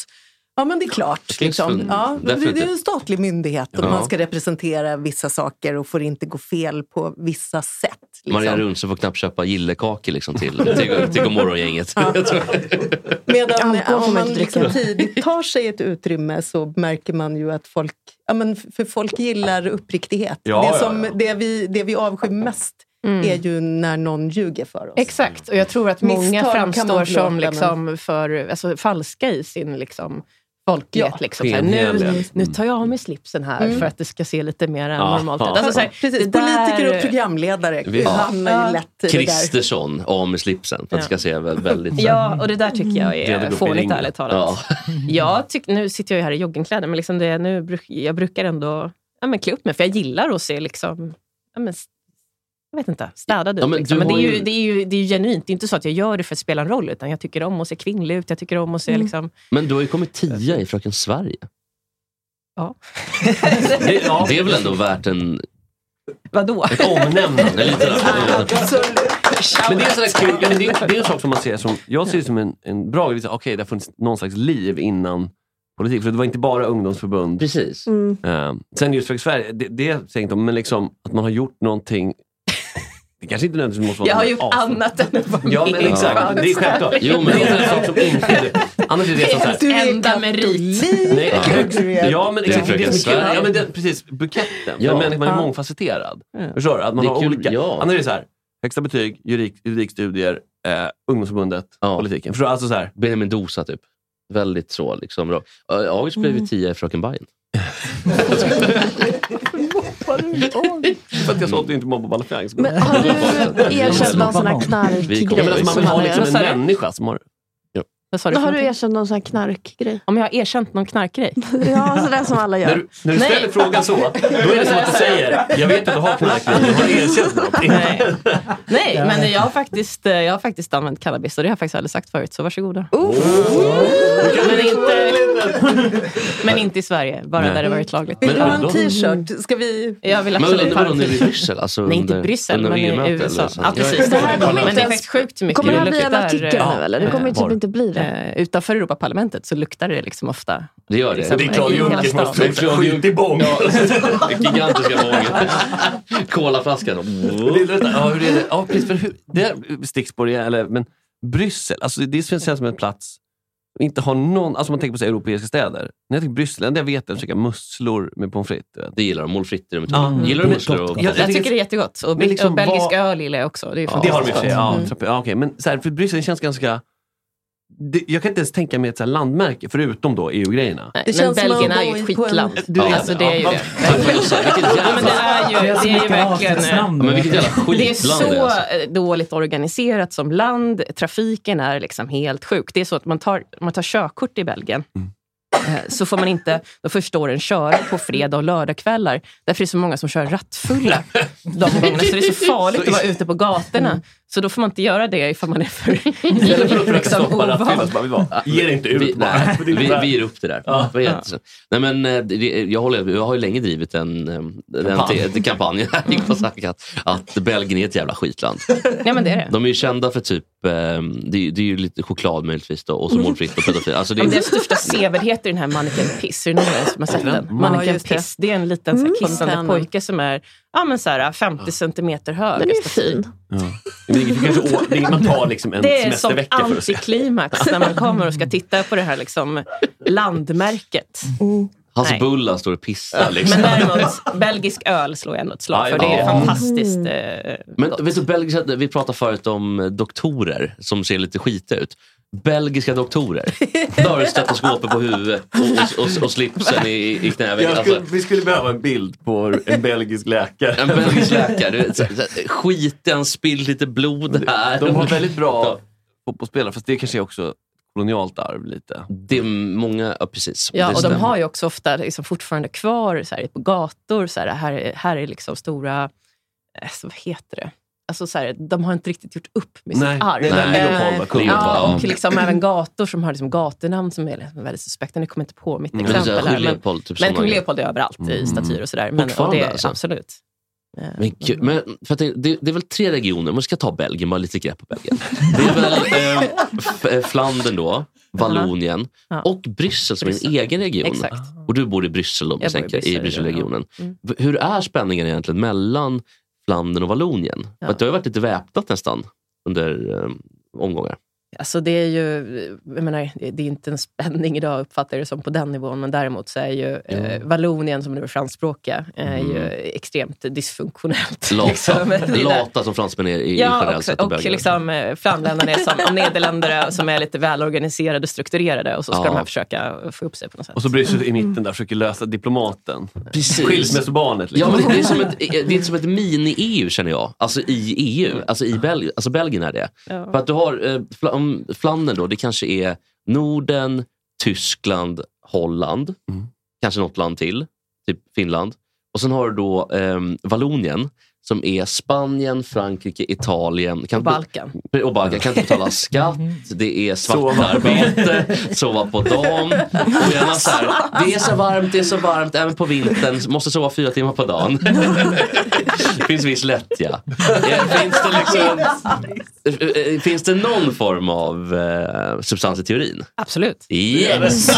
Ja men det är klart. Liksom.
Riksförbund.
Ja, det det är
Definitivt.
en statlig myndighet och
Ja.
man ska representera vissa saker och får inte gå fel på vissa sätt.
Maria
Liksom.
Rundse får knappt köpa gillekakor liksom, till, till, till Gomorron-gänget.
Medan
Alkohol får
om
man
man
inte
liksom
dricka.
tidigt tar sig ett utrymme så märker man ju att folk, ja, men för folk gillar uppriktighet.
Ja, ja,
det, som, Det, vi, det vi avskyr mest
Mm.
är ju när någon ljuger för oss.
Exakt, och jag tror att
Misstag
många
kan man
framstår som
förlåta,
liksom för, alltså, falska i sin liksom, folklighet.
Ja.
liksom. Så här,
Skenheliga,
nu,
liksom.
nu tar jag av mig slipsen här
Mm.
för att det ska se lite mer
Ja,
normalt ut.
ja.
Alltså, så här,
Precis,
det där-
politiker och programledare
Vi- Ja.
hamnar ju lätt i det där.
Kristersson, av med slipsen. För att det ska se vä- väldigt...
Ja, och det där tycker jag
Redo
är
upp Mm. i
fånigt
ringen.
ärligt talat. Jag tyck, nu sitter jag ju här i joggingkläder, men liksom det, nu bruk, jag brukar ändå ja, men klä upp mig, för jag gillar att se liksom, ja, men, s- jag vet inte, städad ut.
Ja, men
liksom.
du
men det, är
har
ju,
ju-
det, är ju, det är ju genuint. Det är inte så att jag gör det för att spela en roll, utan jag tycker om att se kvinnlig ut. Jag tycker om att se liksom...
Men du har ju kommit tia i Fröken Sverige.
Ja.
Det, det är väl ändå värt en...
Vadå?
Ett omnämnande. Lite där. Men det är, en sån där kul, ja, men det, är, det är en sak som man ser som, jag ser det som en, en bra grej. Liksom, Okej, det har funnits någon slags liv innan politik. För det var inte bara ungdomsförbund. Ehm,
Precis.
Mm.
sen just för Sverige, det, det säger jag inte om, men liksom att man har gjort någonting. Det kanske inte nödvändigtvis måste vara
Jag har
någon
gjort
as-
annat än att vara
Ja,
med
men
i
exakt. Det är självklart.
Sverige.
Jo, men det är en sån sak som inte... Annars är det som så här...
Det är enda merit.
Nej,
Ja.
exakt. Ja, men
Det är
exakt. Det är
Fröken
så kul.
Sverige.
Ja, men det, precis. Buketten.
Ja.
Ja. Människan är
Ja.
mångfacetterad.
Ja.
Förstår du? Att man
Det är
har
kul,
olika...
ja.
Annars är det så här. Högsta betyg, juridik, juridikstudier, eh, ungdomsförbundet, politiken. Förstår du? Alltså så här.
Benjamin Dosa typ. Väldigt så. Liksom. Ö, August blev ju tia i Fröken Bajen.
För att jag sa att du inte mobbar alla fans.
Men har du erkänt någon sån här
Vi kommer- Ja, men
knarkgrej?
alltså, Man
som
vill ha
man
liksom en
har gjort?
människa som har...
Vad sa du
Men
för
Har du
någonting?
erkänt någon sån här knarkgrej?
Om jag har erkänt någon knarkgrej?
Ja, sådär som alla
När
gör.
du, när du
Nej.
ställer frågan så, då är det som att du säger jag vet att du har knark, men du har erkänt någonting.
Nej, men jag har, faktiskt, eh, jag har faktiskt använt cannabis och det har jag faktiskt aldrig sagt förut, så varsågoda. Men, inte, men inte i Sverige, bara
Nej.
där det varit lagligt.
Vill du ha en t-shirt? Ska vi...
Jag vill
Men
absolut
undrar
ha
vad
en
de är i
t-shirt.
Bryssel? Alltså
Nej, inte i
under-
Bryssel,
under
men i
EU-mötet
USA.
eller så.
Ja, precis.
Det här kommer
men det
inte
är
ens-
faktiskt sjukt hur mycket
Kommer det här
det
bli en
luktar,
artikel
eh,
nu eller? Det kommer ju typ
var.
inte bli det.
Eh, Utanför Europaparlamentet så luktar det liksom ofta.
Det gör det.
Liksom, i hela stan.
Skjut i bång! Gigantiska bång. Kolaflaskan.
Det är lätt- Ja, hur är det? Ja, precis. För hur, det är Stickspår, eller, men Bryssel, alltså det känns som en plats inte har någon... Alltså man tänker på så här, europeiska städer. När jag tänker Bryssel, det enda jag vet är att käka musslor med pommes frites. Det gillar de. Målfritt
Mm. Gillar du musslor och-
Jag,
Jag
jag
Jag
tycker
tycker det är jättegott. Och,
Men liksom
och belgisk
vad-
öl gillar jag också. Det, är
Ja, det har de i och för sig. Ja,
Mm.
trapp- ja, okej. Men så här, för Bryssel känns ganska... Det, jag kan inte ens tänka mig ett så här landmärke, förutom då E EU-grejerna.
Nej, men Belgien är ju ett skitland. alltså det är ju det. Ja, men det är ju,
Det är så
det är ju
mycket
verkligen... eh,
avsattsnamn. Ja, men vilket jävla
Det är
skitland det är,
så eh,
alltså.
dåligt organiserat som land. Trafiken är liksom helt sjuk. Det är så att man tar, om man tar körkort i Belgien. eh, Så får man inte, då förstår en köra på fredag och lördagkvällar. Därför är det så många som kör rattfulla de gångerna. Så det är så farligt att vara ute på gatorna. Så då får man inte göra det ifall man är för
Istället för att försöka
liksom,
stoppa rattfyllan
ovan.
så bara, vi bara,
Ge dig inte ut
vi,
bara.
nej,
För det
vi,
är bara-
vi ger upp det där.
Ja.
Det var jätteskönt. nej, men, eh, det, jag, håller, jag har ju länge drivit en, eh, en
Kampanj.
te- en kampanj här i Kozak att, att Belgien är ett jävla skitland.
Nej, men det är det.
De är ju kända för typ, eh, det, är- det är ju lite choklad möjligtvis då, och så målfritt och pedofil. Alltså, det
Mm. Det är den
är,
största severhet i den här Mannequin Piss. Är det någon som har sett den?
Ja,
Mannequin
just det.
Piss, det är en liten så här, kissande
Fontana.
pojke som är ja, men så här, 50 centimeter hög. Den är fin.
Men det, det kanske, å- det, man tar liksom en
Det är som
semestervecka för att se.
antiklimax när man kommer och ska titta på det här liksom, landmärket.
hans
Nej.
bulla står och pissar. Liksom.
Men däremot, belgisk öl slår jag ändå ett slag för. Det är
Ja.
fantastiskt. eh,
Men vet du, belgiska, vi pratade förut om eh, doktorer som ser lite skita ut. Belgiska doktorer. Där har du stetoskoper på huvudet och, och, och, och slipsen i, i knävecken.
Jag skulle-
Alltså,
vi skulle behöva en bild på en belgisk läkare.
en belgisk läkare. du vet, så- så- Skiten, spill lite blod här.
De har väldigt bra fotbollsspelare, fast det kanske är också kolonialt arv lite.
Det är många, ja precis.
Ja, och de har ju också ofta liksom fortfarande kvar så här, på gator, så här, här, är- här är liksom stora, eh, så vad heter det? Alltså, så här, de har inte riktigt gjort upp med
Nej,
sitt arv.
det är där
Eh,
Leopold var kung.
ja,
Ja.
och liksom även gator som har liksom gatunamn som är liksom väldigt suspekta. Nu kommer jag inte på mitt
Mm. Men
exempel.
så här,
här, men
Leopold, typ
men
såna
kung
grejer.
Leopold är överallt i statyer och sådär. Men, och
Mm. Fortfarande,
det,
alltså.
Absolut. Eh,
Men, gud, men för att det, det, det är väl tre regioner, man ska ta Belgien, bara lite grepp på Belgien. Det är väl eh, F- eh, Flandern då, Vallonien
Ja.
och Bryssel som
Bryssel.
är en egen region.
Exakt.
Och du bor i Bryssel då,
Jag bor i
misstänker jag, i
Bryssel,
Brysselregionen.
ja. Mm.
V- Hur är spänningen egentligen mellan Flandern och Vallonien?
Ja.
För att det har ju varit lite väpnat nästan under eh, omgångar.
Alltså det är ju, jag menar, det det är inte en spänning idag, uppfattar jag det som, på den nivån. Men däremot så är ju eh, Vallonien, som nu är franskspråkiga, är ju
Mm.
extremt dysfunktionellt.
Lata,
liksom. Det är där-
lata som fransmän är i
Ja,
generellt
också,
sett i
och
Belgien.
liksom, eh, flamländarna är som och nederländerna som är lite välorganiserade och strukturerade och så ska
Ja.
de här försöka få upp sig på något sätt.
Och så Bryssel i mitten där försöker lösa diplomaten.
Precis.
Skilsmässobarnet.
Ja,
Liksom.
men det, det, är som ett, det är som ett mini-EU känner jag. Alltså i EU. Alltså i Belgien. Alltså Belgien är det.
Ja.
För att du har eh, Fla- om Flandern då, det kanske är Norden, Tyskland, Holland. Kanske något land till. Typ Finland. Och sen har du då eh, Vallonien som är Spanien, Frankrike, Italien. Kan
Och Balkan.
Och Balkan. Kan inte betala skatt. Det är
Sova på
svartarbete. Sova på dagen. Och jag var så här, det är så varmt, det är så varmt. Även på vintern. Måste sova fyra timmar på dagen. Det finns viss lättja. Eh, Finns det, liksom, eh, eh, finns det någon form av eh, substans i teorin?
Absolut.
Yes!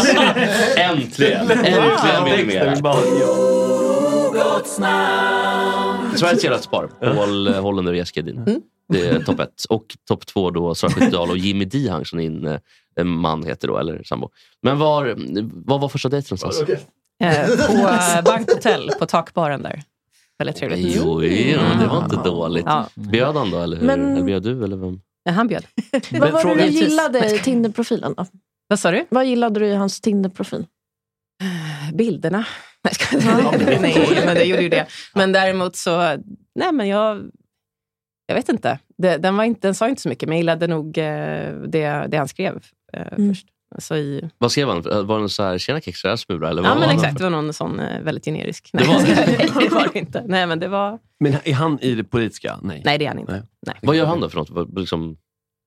Äntligen! Äntligen vill vi mera. Sveriges jävla spar. Paul eh, Hollander och Jessica Edin. Det är topp ett. Och topp två då Sara Skyttedal och Jimmy Dihang som din eh, man heter då, eller sambo. Men var, var var första dejten någonstans?
Eh, På eh, Bankhotell, på takbaren där. Väldigt trevligt.
Jo, jo, men det var inte dåligt.
Ja.
Bjöd han då, eller hur?
Men-
Eller bjöd du, eller vem?
Nej, han bjöd.
Vad var det du gillade i Tinder-profilen då?
Vad sa du?
Vad gillade du i hans Tinder-profil?
Bilderna. Nej, ska jag- nej, men det gjorde ju det. Men däremot så, nej men jag, jag vet inte. Det, den, var inte den sa inte så mycket, men jag gillade nog eh, det, det han skrev eh, först. Så i,
Vad skrev han? Eh, Var det så här, tjena kex, är det här smula? Eller vad
ja
var
men
han?
exakt, det var någon sån eh, väldigt generisk. Nej, det var det var det inte. Nej, men det var,
Men är han i det politiska? Nej.
nej det är han inte.
Vad gör han då för något? Vad- Liksom,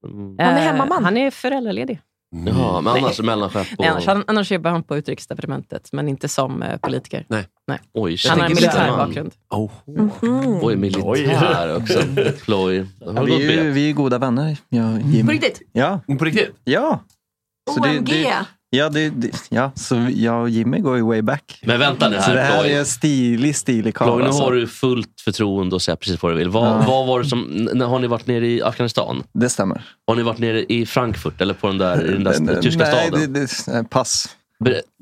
mm.
Eh, Han är föräldraledig.
Jaha, men annars mellanchef och...
Nej, annars, han, annars jobbar han på utrikesdepartementet, men inte som eh, politiker.
Nej.
Nej.
Oj,
han har en
tjejkillar.
militär bakgrund.
Oh. Oj, militär också. Ploj. Det har
vi,
gått
är ju,
bet.
vi är ju goda vänner, jag och Jimmy.
riktigt?
Ja.
På riktigt?
Ja. Så det-
OMG.
det-
Ja, det, det, ja, så jag och Jimmy går ju way back.
Men vänta nu
Så det
här,
här
Ploy.
är en stilig, stilig karl.
Ploy, nu
alltså.
har du fullt förtroende och säga precis vad du vill. Vad,
Ja.
vad var det som, när, har ni varit nere i Afghanistan?
Det stämmer.
Har ni varit nere i Frankfurt eller på den där, i den där
Nej,
tyska
nej,
staden?
Det, det, pass.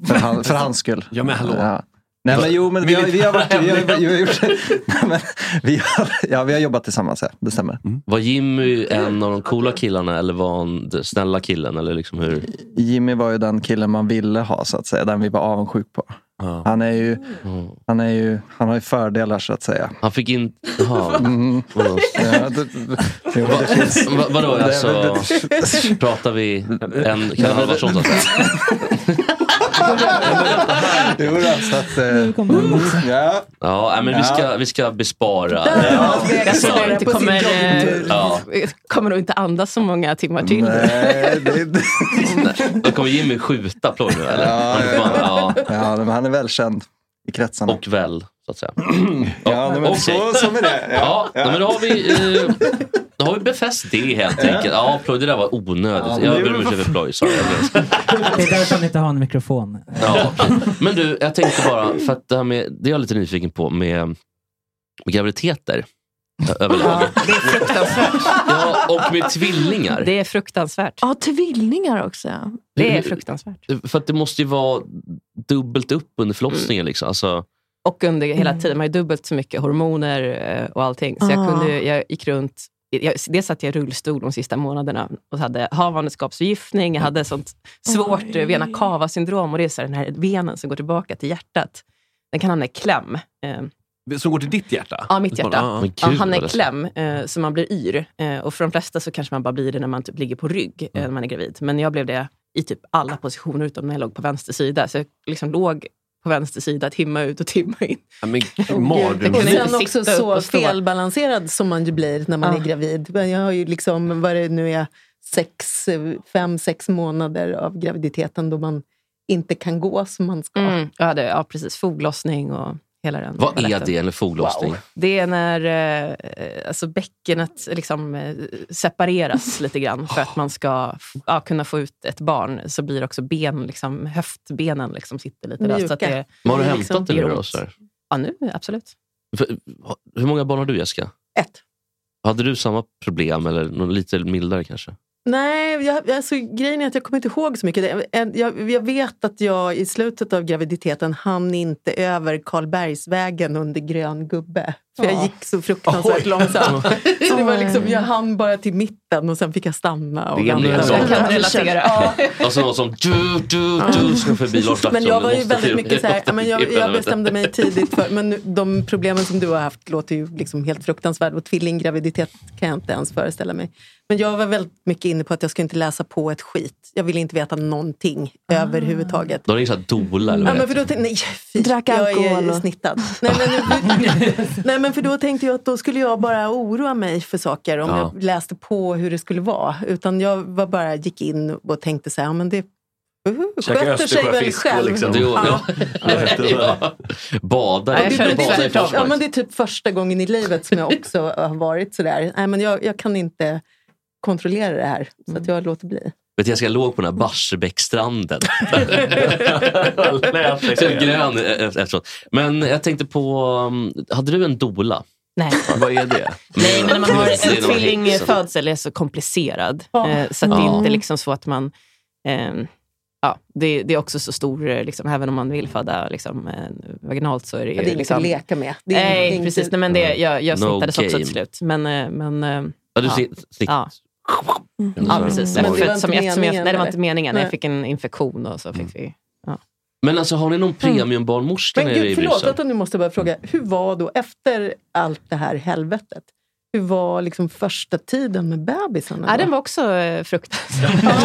För, han, för hans skull.
Ja, men hallå.
Ja. Nej, men jo, men vi har, vi har, varit, vi har, vi har, gjort, Nej, men vi har, ja, vi har jobbat tillsammans, ja. det stämmer.
Var Jimmy en av de coola killarna eller var han den snälla killen? Eller liksom hur?
Jimmy var ju den killen man ville ha, så att säga. Den vi var avundsjuk på. Han, är ju,
Mm.
han, är ju, han har ju fördelar, så att säga.
Han fick in... Jaha.
Mm.
Vadå?
Ja, det, jo,
Va-
det finns.
va- vadå,
Det-
alltså,
det- det-
pratar vi en Kalle Halvarsson? så att säga?
Jo, då, så att...
Mm.
eh, Ja.
Ja, nej, men vi ska, vi ska bespara. Ja.
Jag tror det inte kommer, eh,
Ja.
kommer nog inte andas så många timmar till.
Då kommer Jimmy skjuta Ploy nu eller?
Ja,
Han,
ja,
ja.
ja. ja men han är välkänd i kretsarna.
Och väl, så att säga.
ja, nej, men
Okej.
så, så med det.
Ja, nej, men då har vi, eh, då har vi befäst det helt enkelt. Ja, Ploy, det där var
Ja,
onödigt.
men
Jag
det
ber
var-
om ursäkt för Ploy. Sorry, jag ber om ursäkt.
Det är därför han inte har en mikrofon.
Ja. Men du, jag tänkte bara, för att det här med, det är jag lite nyfiken på med, med graviditeter. ö- Överlag. Ja, och med tvillingar.
Det är fruktansvärt.
Ja, tvillingar också. ja.
Det är fruktansvärt.
För att det måste ju vara dubbelt upp under förlossningen. Liksom. Alltså,
Och under hela tiden, man har ju dubbelt så mycket hormoner eh, och allting. Så jag,
Ah.
kunde, ju- jag gick runt, jag, dels satt jag i rullstol de sista månaderna och hade havandeskapsförgiftning. Jag hade sånt svårt eh, vena cava syndrom och det är så här, den här venen som går tillbaka till hjärtat. Den kan hamna i kläm. Eh,
Som går till ditt hjärta?
Ja, mitt hjärta.
Men
Ja,
gud,
han är
vad
i
läskigt.
kläm, eh, så man blir yr. Eh, och för de flesta så kanske man bara blir det när man typ ligger på rygg,
Mm.
eh, när man är gravid. Men jag blev det i typ alla positioner utom när jag låg på vänster sida. Så jag liksom låg på vänster sida timma ut och timma in.
Ja, men
mardröm.
mardröm.
Jag
Och
kunde
sen
inte
också
sitta upp
så
och stå.
felbalanserad som man ju blir när man
Ah.
är gravid. Men Jag har ju liksom, vad det nu är, sex, eh, fem, sex månader av graviditeten då man inte kan gå som man ska.
Mm, jag hade ja, precis foglossning och hela den
vad är
baletten.
det, eller foglossning?
Det är när eh, alltså bäckenet liksom, eh, separeras lite grann för att man ska f- ja, kunna få ut ett barn. Så blir också ben, liksom, höftbenen liksom, sitter lite löst. så att
Mjuka.
det-
Men har du
det
hämtat det nu
gör
då,
ont.
så här?
Ja, nu absolut.
För, hur många barn har du, Jessica? Ett. Hade du samma problem, eller något lite mildare kanske?
Nej, jag, alltså, grejen är att jag kommer inte ihåg så mycket. Det- en- Jag, jag vet att jag i slutet av graviditeten hann inte över Karlbergsvägen under grön gubbe. För jag
Ja.
gick så fruktansvärt
Oj.
långsamt. Så det var liksom, jag hann bara till mitten och sen fick jag stanna. Och
Det är
landa.
en sån-
Jag kan relatera. Ja.
Alltså någon som du, du, du ska förbi Lars
Men
Laxson,
jag var
du måste
ju
typ
väldigt
till-
mycket så här, ja, men jag, jag
Helvete.
bestämde mig tidigt för, men nu- de problemen som du har haft låter ju liksom helt fruktansvärda och tvillinggraviditet kan jag inte ens föreställa mig. Men jag var väldigt mycket inne på att jag skulle inte läsa på ett skit. Jag ville inte veta någonting överhuvudtaget.
Då är det så här Ah. dola, eller
Ja,
vad
men
heter
för
det?
då tänkte, nej, fy, Drack
alkohol
jag
och-
är snittad. Nej men, nej, men för då tänkte jag att då skulle jag bara oroa mig för saker om
Ja.
jag läste på hur det skulle vara. Utan jag var bara gick in och tänkte så här, ja, men det uh,
Käka
sköter sig väl
Östersjöfisk och
själv.
liksom- Det-
Ja.
ja. Bada i-
Ja, det, men det,
bada i
är typ,
Forsmark.
ja, men det är typ första gången i livet som jag också har varit sådär. Nej, men jag, jag kan inte kontrollera det här. Så att jag låter bli.
Vet du, jag ska låg på den här Barsebäcksstranden. Så grön e- efteråt. Men jag tänkte på, um, hade du en dola?
Nej.
Vad är det?
Nej, men när man har
Det är
en
någon häxa.
tvillingfödsel är så komplicerad. eh, Så att det
Ja.
är inte liksom så att man... ehm, ja, det, det är också så stor, eh, liksom, även om man vill föda liksom, eh, vaginalt så är det ju...
Ja, det är inget
liksom,
att leka med. Det är
nej,
ingenting-
precis. Nej, men det, jag
No
jag snittades också
game.
till slut. Men, eh, men, eh,
Ja, du snitt- snitt-
Ja. Ja,
Mm.
precis.
Men det
För
var
att
inte
som jag, som jag, nej,
meningen,
det var
Mm.
inte meningen.
eller?
Jag fick en infektion och så fick vi... Ja.
Men alltså har ni någon premiumbarnmorska
Men
nere i
gud, förlåt
Bryssel?
att jag nu måste bara fråga. Hur var då, efter allt det här helvetet, hur var liksom första tiden med bebisen?
Ja, den var också eh, fruktansvärd.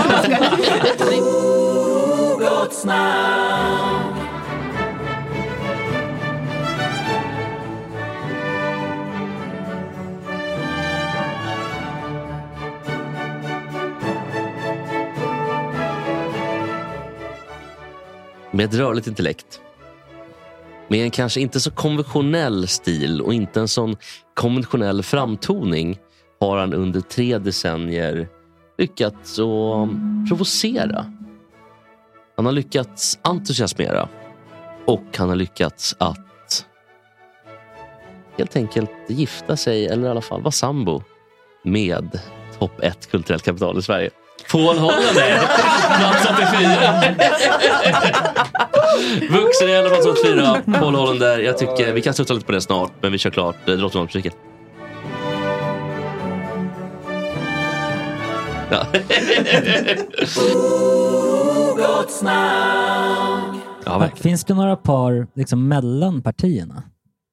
Med ett rörligt intellekt. Med en kanske inte så konventionell stil och inte en sån konventionell framtoning har han under tre decennier lyckats att provocera. Han har lyckats entusiasmera och han har lyckats att helt enkelt gifta sig, eller i alla fall vara sambo med topp ett kulturellt kapital i Sverige. Paul Hollander, plats 84. Vuxen i alla fall 84. Paul Hollander, jag tycker vi kan studsa lite på det snart, men vi kör klart eh, Drottningholmsmusiken. Ja.
Gott snack.
Ja,
Men Finns det några par liksom, mellan partierna?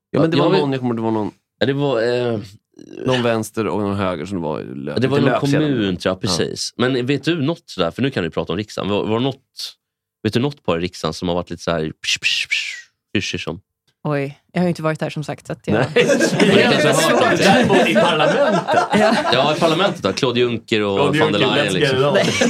Ja, men det
Jag
var
vet-
någon, jag kommer, det var någon...
det var, eh,
någon vänster och någon höger som det var löp,
Det var
lite
någon
löpsedlar.
kommun, tror jag. Precis. Men vet du något sådär, för nu kan du prata om riksdagen. Var, var något, vet du något par i riksdagen som har varit lite så här... Psh, psh, psh, hysch, hysch om?
Oj, jag har ju inte varit där som sagt. Så att jag...
Nej. Det är kanske har hört om det. Däremot i parlamentet. Ja, i parlamentet då. Claude Juncker och
Claude
van der Leyen.
Juncker, let's get it on.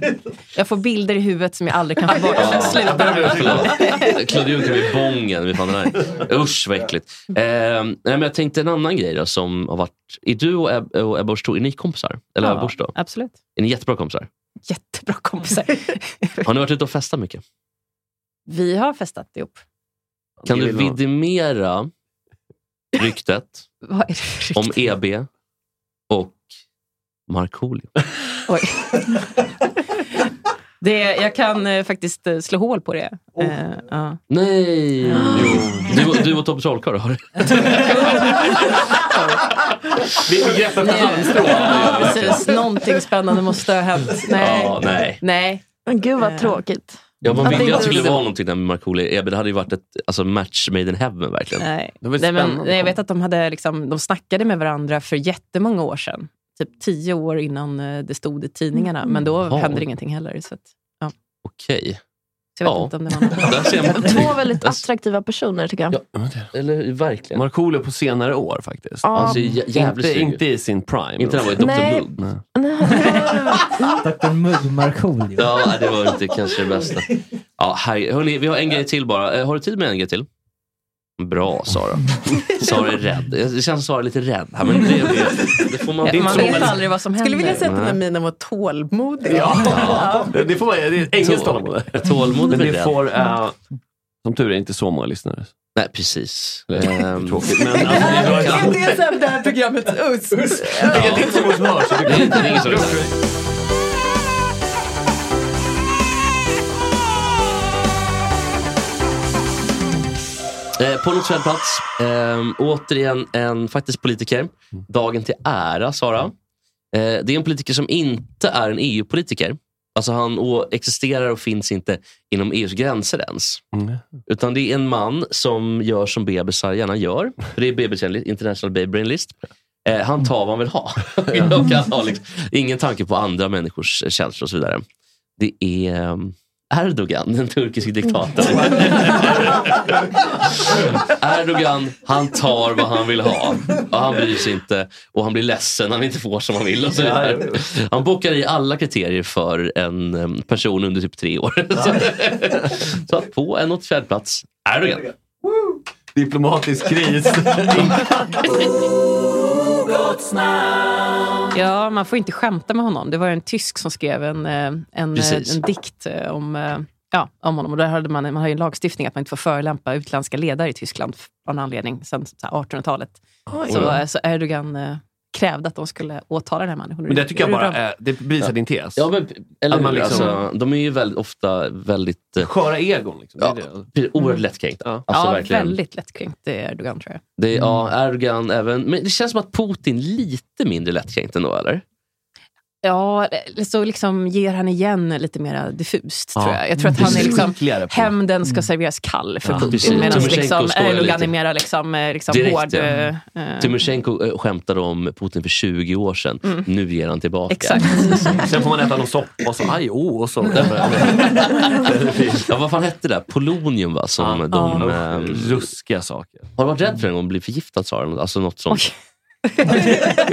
Liksom.
jag får bilder i huvudet som jag aldrig kan få bort. Sluta.
Förlåt. Claude Juncker med bången. Med fan den här. Usch, vad äckligt. Eh,
Mm.
nej, men jag tänkte en annan grej då, som har varit... Är du och Eb- och Ebba Busch Thor, är ni kompisar? Eller
Ja,
Ebba Busch då?
Absolut.
Är ni jättebra kompisar?
Jättebra kompisar.
Har ni varit ute och festat mycket?
Vi har festat ihop.
Kan
Det
du
vill man.
vidimera ryktet
Vad är det för
om EB och Markoolio?
Oj. Det, jag kan eh, faktiskt eh, slå hål på det. Eh, ja.
Nej! Jo.
Du, du och Tobbe Trollkarl har det. Vi får grepp efter halmstrå.
Ja, precis. Någonting spännande måste ha hänt. Nej.
Ja, nej.
nej.
Men gud vad tråkigt.
Ja, man
Att
ville ju
inte
att det skulle
du-
vara någonting där med Markoolio och EB. Det hade ju varit ett alltså, match made in heaven verkligen.
Nej.
Det var
Nej, men,
spännande.
nej, jag vet att de, hade liksom, de snackade med varandra för jättemånga år sedan. Typ tio år innan eh, det stod i tidningarna. Men då
Mm. Ja.
hände ingenting heller. Så att, ja.
Okej.
Så jag vet
Ja.
inte om det var något.
Där ser man.
Två väldigt attraktiva personer tycker jag.
Eller verkligen.
Markoolio på senare år faktiskt.
Ja. Alltså, jä- jävligt
inte,
snygg.
inte i sin prime.
Inte när han var i Dr. Nej. Blod.
Dr Mugg Markoolio.
Ja, det var inte kanske det bästa. Ja, här, hörni, vi har en grej till bara. Eh, Har du tid med en grej till? Bra, Sara. Sara är rädd. Det känns som Sara är lite rädd. här, men det, det, det får man,
Ja, man vet aldrig
vad som
händer. Skulle vilja säga att den här
Nej.
minen var tålmodig.
Ja. Det får man, det är engelskt
Tål-
tålamod.
tålamod är
Men det
väl
får,
det. Mm.
eh, som tur är, inte så många lyssnare.
Nej, precis.
Ehm. Tråkigt, men alltså, det är bra.
Det är som det här programmets USP.
Det är inte så många som hör, så det-
Det är inte- det är ingen som lyssnar. Eh, på Nordsvensk plats, ehm, återigen en faktiskt politiker. Dagen till ära, Sara. Eh, det är en politiker som inte är en EU-politiker. Alltså han å- existerar och finns inte inom EUs gränser ens. Utan det är en man som gör som bebisar gärna gör. För det är BBC International Baby Brain List. Eh, han tar vad han vill ha. och han har liksom ingen tanke på andra människors känslor och så vidare. Det är ehm, Erdogan, den turkiska diktatorn. Erdogan, han tar vad han vill ha. Och han bryr sig inte och han blir ledsen när han inte får som han vill. Och så vidare. Han bockar i alla kriterier för en em, person under typ tre år. Så, så att på en 85 plats, Erdogan.
Diplomatisk kris.
Ja, man får inte skämta med honom. Det var en tysk som skrev en, eh, en, eh,
Precis.
en dikt eh, om, eh, ja, om honom. Och där hade man, man har ju en lagstiftning att man inte får förolämpa utländska ledare i Tyskland av någon anledning, sen så här 1800-talet.
Oj.
Så, eh, så Erdogan eh, krävde att de skulle åtala den här mannen.
Men det
typ
tycker jag bara
Hur-
är, det bevisar din tes.
Ja, men, eller
Att man
hur?
liksom-
alltså, de är ju väldigt, ofta väldigt... eh,
Sköra egon. Liksom.
Ja, precis, oerhört
Mm.
lättkränkt. Alltså,
ja,
verkligen.
väldigt lättkränkt det är Erdogan tror jag.
Det är, ja, Erdogan även. Men det känns som att Putin lite mindre lättkränkt ändå, eller?
Ja, eller så liksom ger han igen lite mer diffust
Ja.
tror jag. Jag tror att
Mm.
han är liksom,
Skickligare på det.
hämnden ska serveras kall för
Ja, precis.
Putin, medan
Timosjenko
liksom
skojar
Erdogan
lite.
är mer liksom, eh, liksom hård.
ja.
eh, eh,
Timosjenko eh, skämtade om Putin för 20 år sedan.
Mm.
Nu ger han tillbaka.
Exakt.
Sen får man äta någon soppa och så aj, oh, och så.
ja, vad fan hette det? där? Polonium va? Som de,
Ja.
Ruskiga saker. Har du varit rädd för en gång att bli förgiftad Sara? Alltså något sånt.
Ja,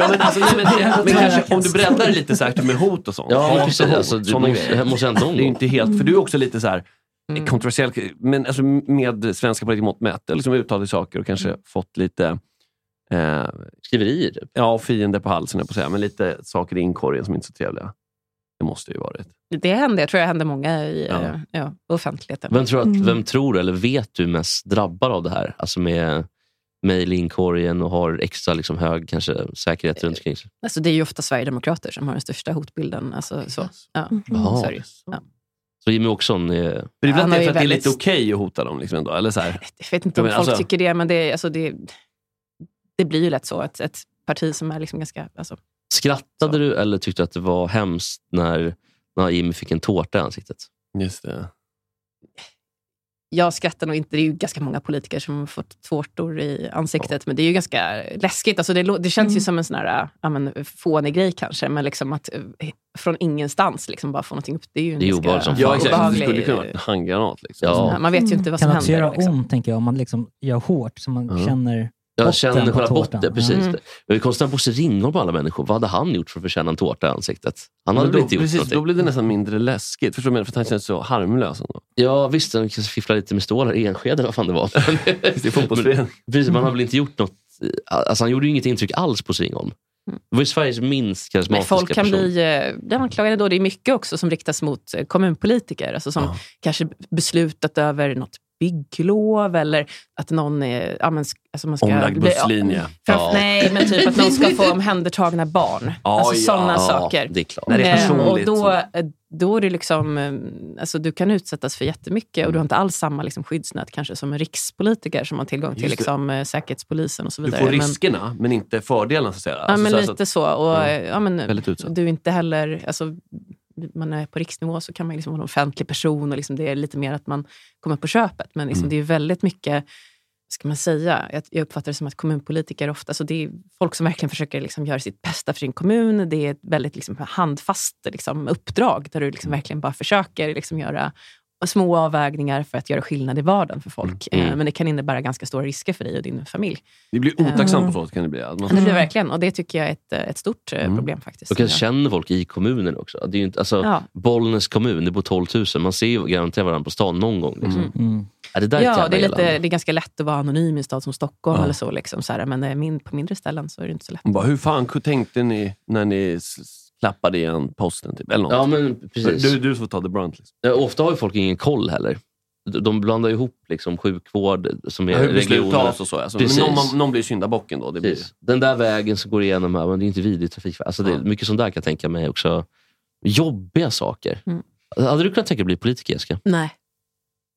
men alltså, nej, men, det- men kanske, om du breddar det lite så här typ med hot och sånt.
Ja, men
Hat och
precis.
hot,
Alltså, du
sådana
måste-
grejer.
måste ändå
Det är ju inte helt, för du är också lite så här
Mm.
kontroversiell, men alltså, med svenska politiker mått mätt. eller Liksom uttalat saker och kanske fått lite... Eh,
Skriverier? typ.
Ja, fiender på halsen, jag på att säga. Men lite saker i inkorgen som inte är så trevliga. Det måste ju varit.
Det hände, jag tror jag hände många i
Ja.
eh, ja, offentligheten.
Vem tror, att,
Mm.
vem tror eller vet du mest drabbar av det här? Alltså med mejl i inkorgen och har extra liksom hög kanske, säkerhet runt omkring sig.
Alltså, det är ju ofta sverigedemokrater som har den största hotbilden. Alltså, så. Ja.
Jaha.
Så är det ju. Ja.
Så Jimmy Åkesson är...
Men ibland Han är det har ju för att det är väldigt- lite
okej att hota dem. Liksom ändå, eller så här.
Jag vet inte om
Jag menar,
folk
alltså-
tycker det, men det, är- alltså, det, det blir ju lätt så. Ett, ett parti som är liksom ganska... Alltså,
Skrattade du eller tyckte du att det var hemskt när, när Jimmy fick en tårta i ansiktet?
Just det.
jag skrattar nog inte. Det är ju ganska många politiker som har fått tårtor i ansiktet, men det är ju ganska läskigt. Alltså det, lå- det känns ju som en sån här äh, ja, men, fånig grej kanske, men liksom att eh, från ingenstans liksom bara få någonting upp. Det är ju en
Det är
ganska
obehagligt som fan.
Ja, exakt. Det
obehaglig-
skulle kunna vara en handgranat. Liksom.
Ja, Man vet ju inte vad som
kan också
händer.
göra
liksom.
ont, tänker jag, Mm. om man liksom gör hårt så man
Ja.
känner
Jag
botten
känner
på
själva
tårtan.
botten. Precis.
Mm.
Mm. Men konstnären Bosse Ringholm på alla människor, vad hade han gjort för att förtjäna en tårta i ansiktet? Han hade
Men
väl
då,
inte gjort
precis,
någonting?
då blir det nästan mindre läskigt. Förstår du vad jag menar? För att han känns så harmlös. Ändå.
Ja, visst. Han kanske fifflar lite med stålar i Enskede eller vad fan det var.
I fotbollsföreningen.
Men- Precis, man har väl inte gjort något. Alltså, han gjorde ju inget intryck alls på Ringholm. Det var ju Sveriges minst
Mm. Men
karismatiska
folk kan
person.
bli eh, bli anklagade då. Det är mycket också som riktas mot eh, kommunpolitiker. Alltså som kanske beslutat över något bygglov eller att någon är... Ja, men, sk- alltså man ska
Omlagd
bli-
busslinje.
För,
Ja.
Nej, men typ att någon ska få omhändertagna barn.
Ja,
alltså
ja.
sådana
Ja,
saker.
det är klart.
När det är
Eh, och
personligt
då,
så-
eh, då är det liksom... eh, Alltså, du kan utsättas för jättemycket och du har inte alls samma liksom, skyddsnät kanske som en rikspolitiker som har tillgång till
Just det.
liksom, eh, Säkerhetspolisen och så
Du
vidare.
får
Men-
riskerna, men, inte fördelarna. Så att säga.
Ja,
Alltså,
men
så här,
lite
att-
så. Och,
Ja.
eh, ja, men,
Väldigt utsatt.
du är inte heller... Alltså, man är på riksnivå så kan man liksom vara en offentlig person och liksom det är lite mer att man kommer på köpet. Men liksom
Mm.
det är väldigt mycket, vad ska man säga, jag, jag uppfattar det som att kommunpolitiker ofta, så det är folk som verkligen försöker liksom göra sitt bästa för sin kommun. Det är ett väldigt liksom handfast liksom uppdrag där du liksom
Mm.
verkligen bara försöker liksom göra små avvägningar för att göra skillnad i vardagen för folk.
Mm.
Eh, Men det kan innebära ganska stora risker för dig och din familj.
Det blir otacksamt på
Eh,
sånt kan det bli. Att man-
Ja, Det blir verkligen, och det tycker jag är ett, eh, ett stort eh,
Mm.
problem faktiskt.
Och kanske känner folk i kommunen också. Det är ju inte, alltså,
Ja.
Bollnäs kommun, det bor 12 000. Man ser ju garanterat varandra på stan någon gång. Liksom.
Mm.
Ja, det där är ett
Ja,
jävla
det är, lite,
elände.
det är ganska lätt att vara anonym i en stad som Stockholm,
Ja.
eller så, liksom, så här, men eh, min, på mindre ställen så är det inte så lätt.
Hon bara, hur fan ku- tänkte ni när ni s- s- klappade igen posten? Typ, eller något.
Ja, men precis.
Du, du får ta the brunt. Liksom.
Ja, ofta har ju folk ingen koll heller. De- De blandar ju ihop liksom sjukvård som är
Ja, hur beslut
regioner.
tas och så. Alltså. Men
Precis.
någon, man- någon blir syndabocken då. Det blir...
Precis. Den där vägen som går igenom här, men det är inte vidrigt trafikverk. Alltså det är Mycket sånt där kan jag tänka mig också. Jobbiga saker.
Mm.
Hade du kunnat tänka dig att bli politiker, Jessica?
Nej.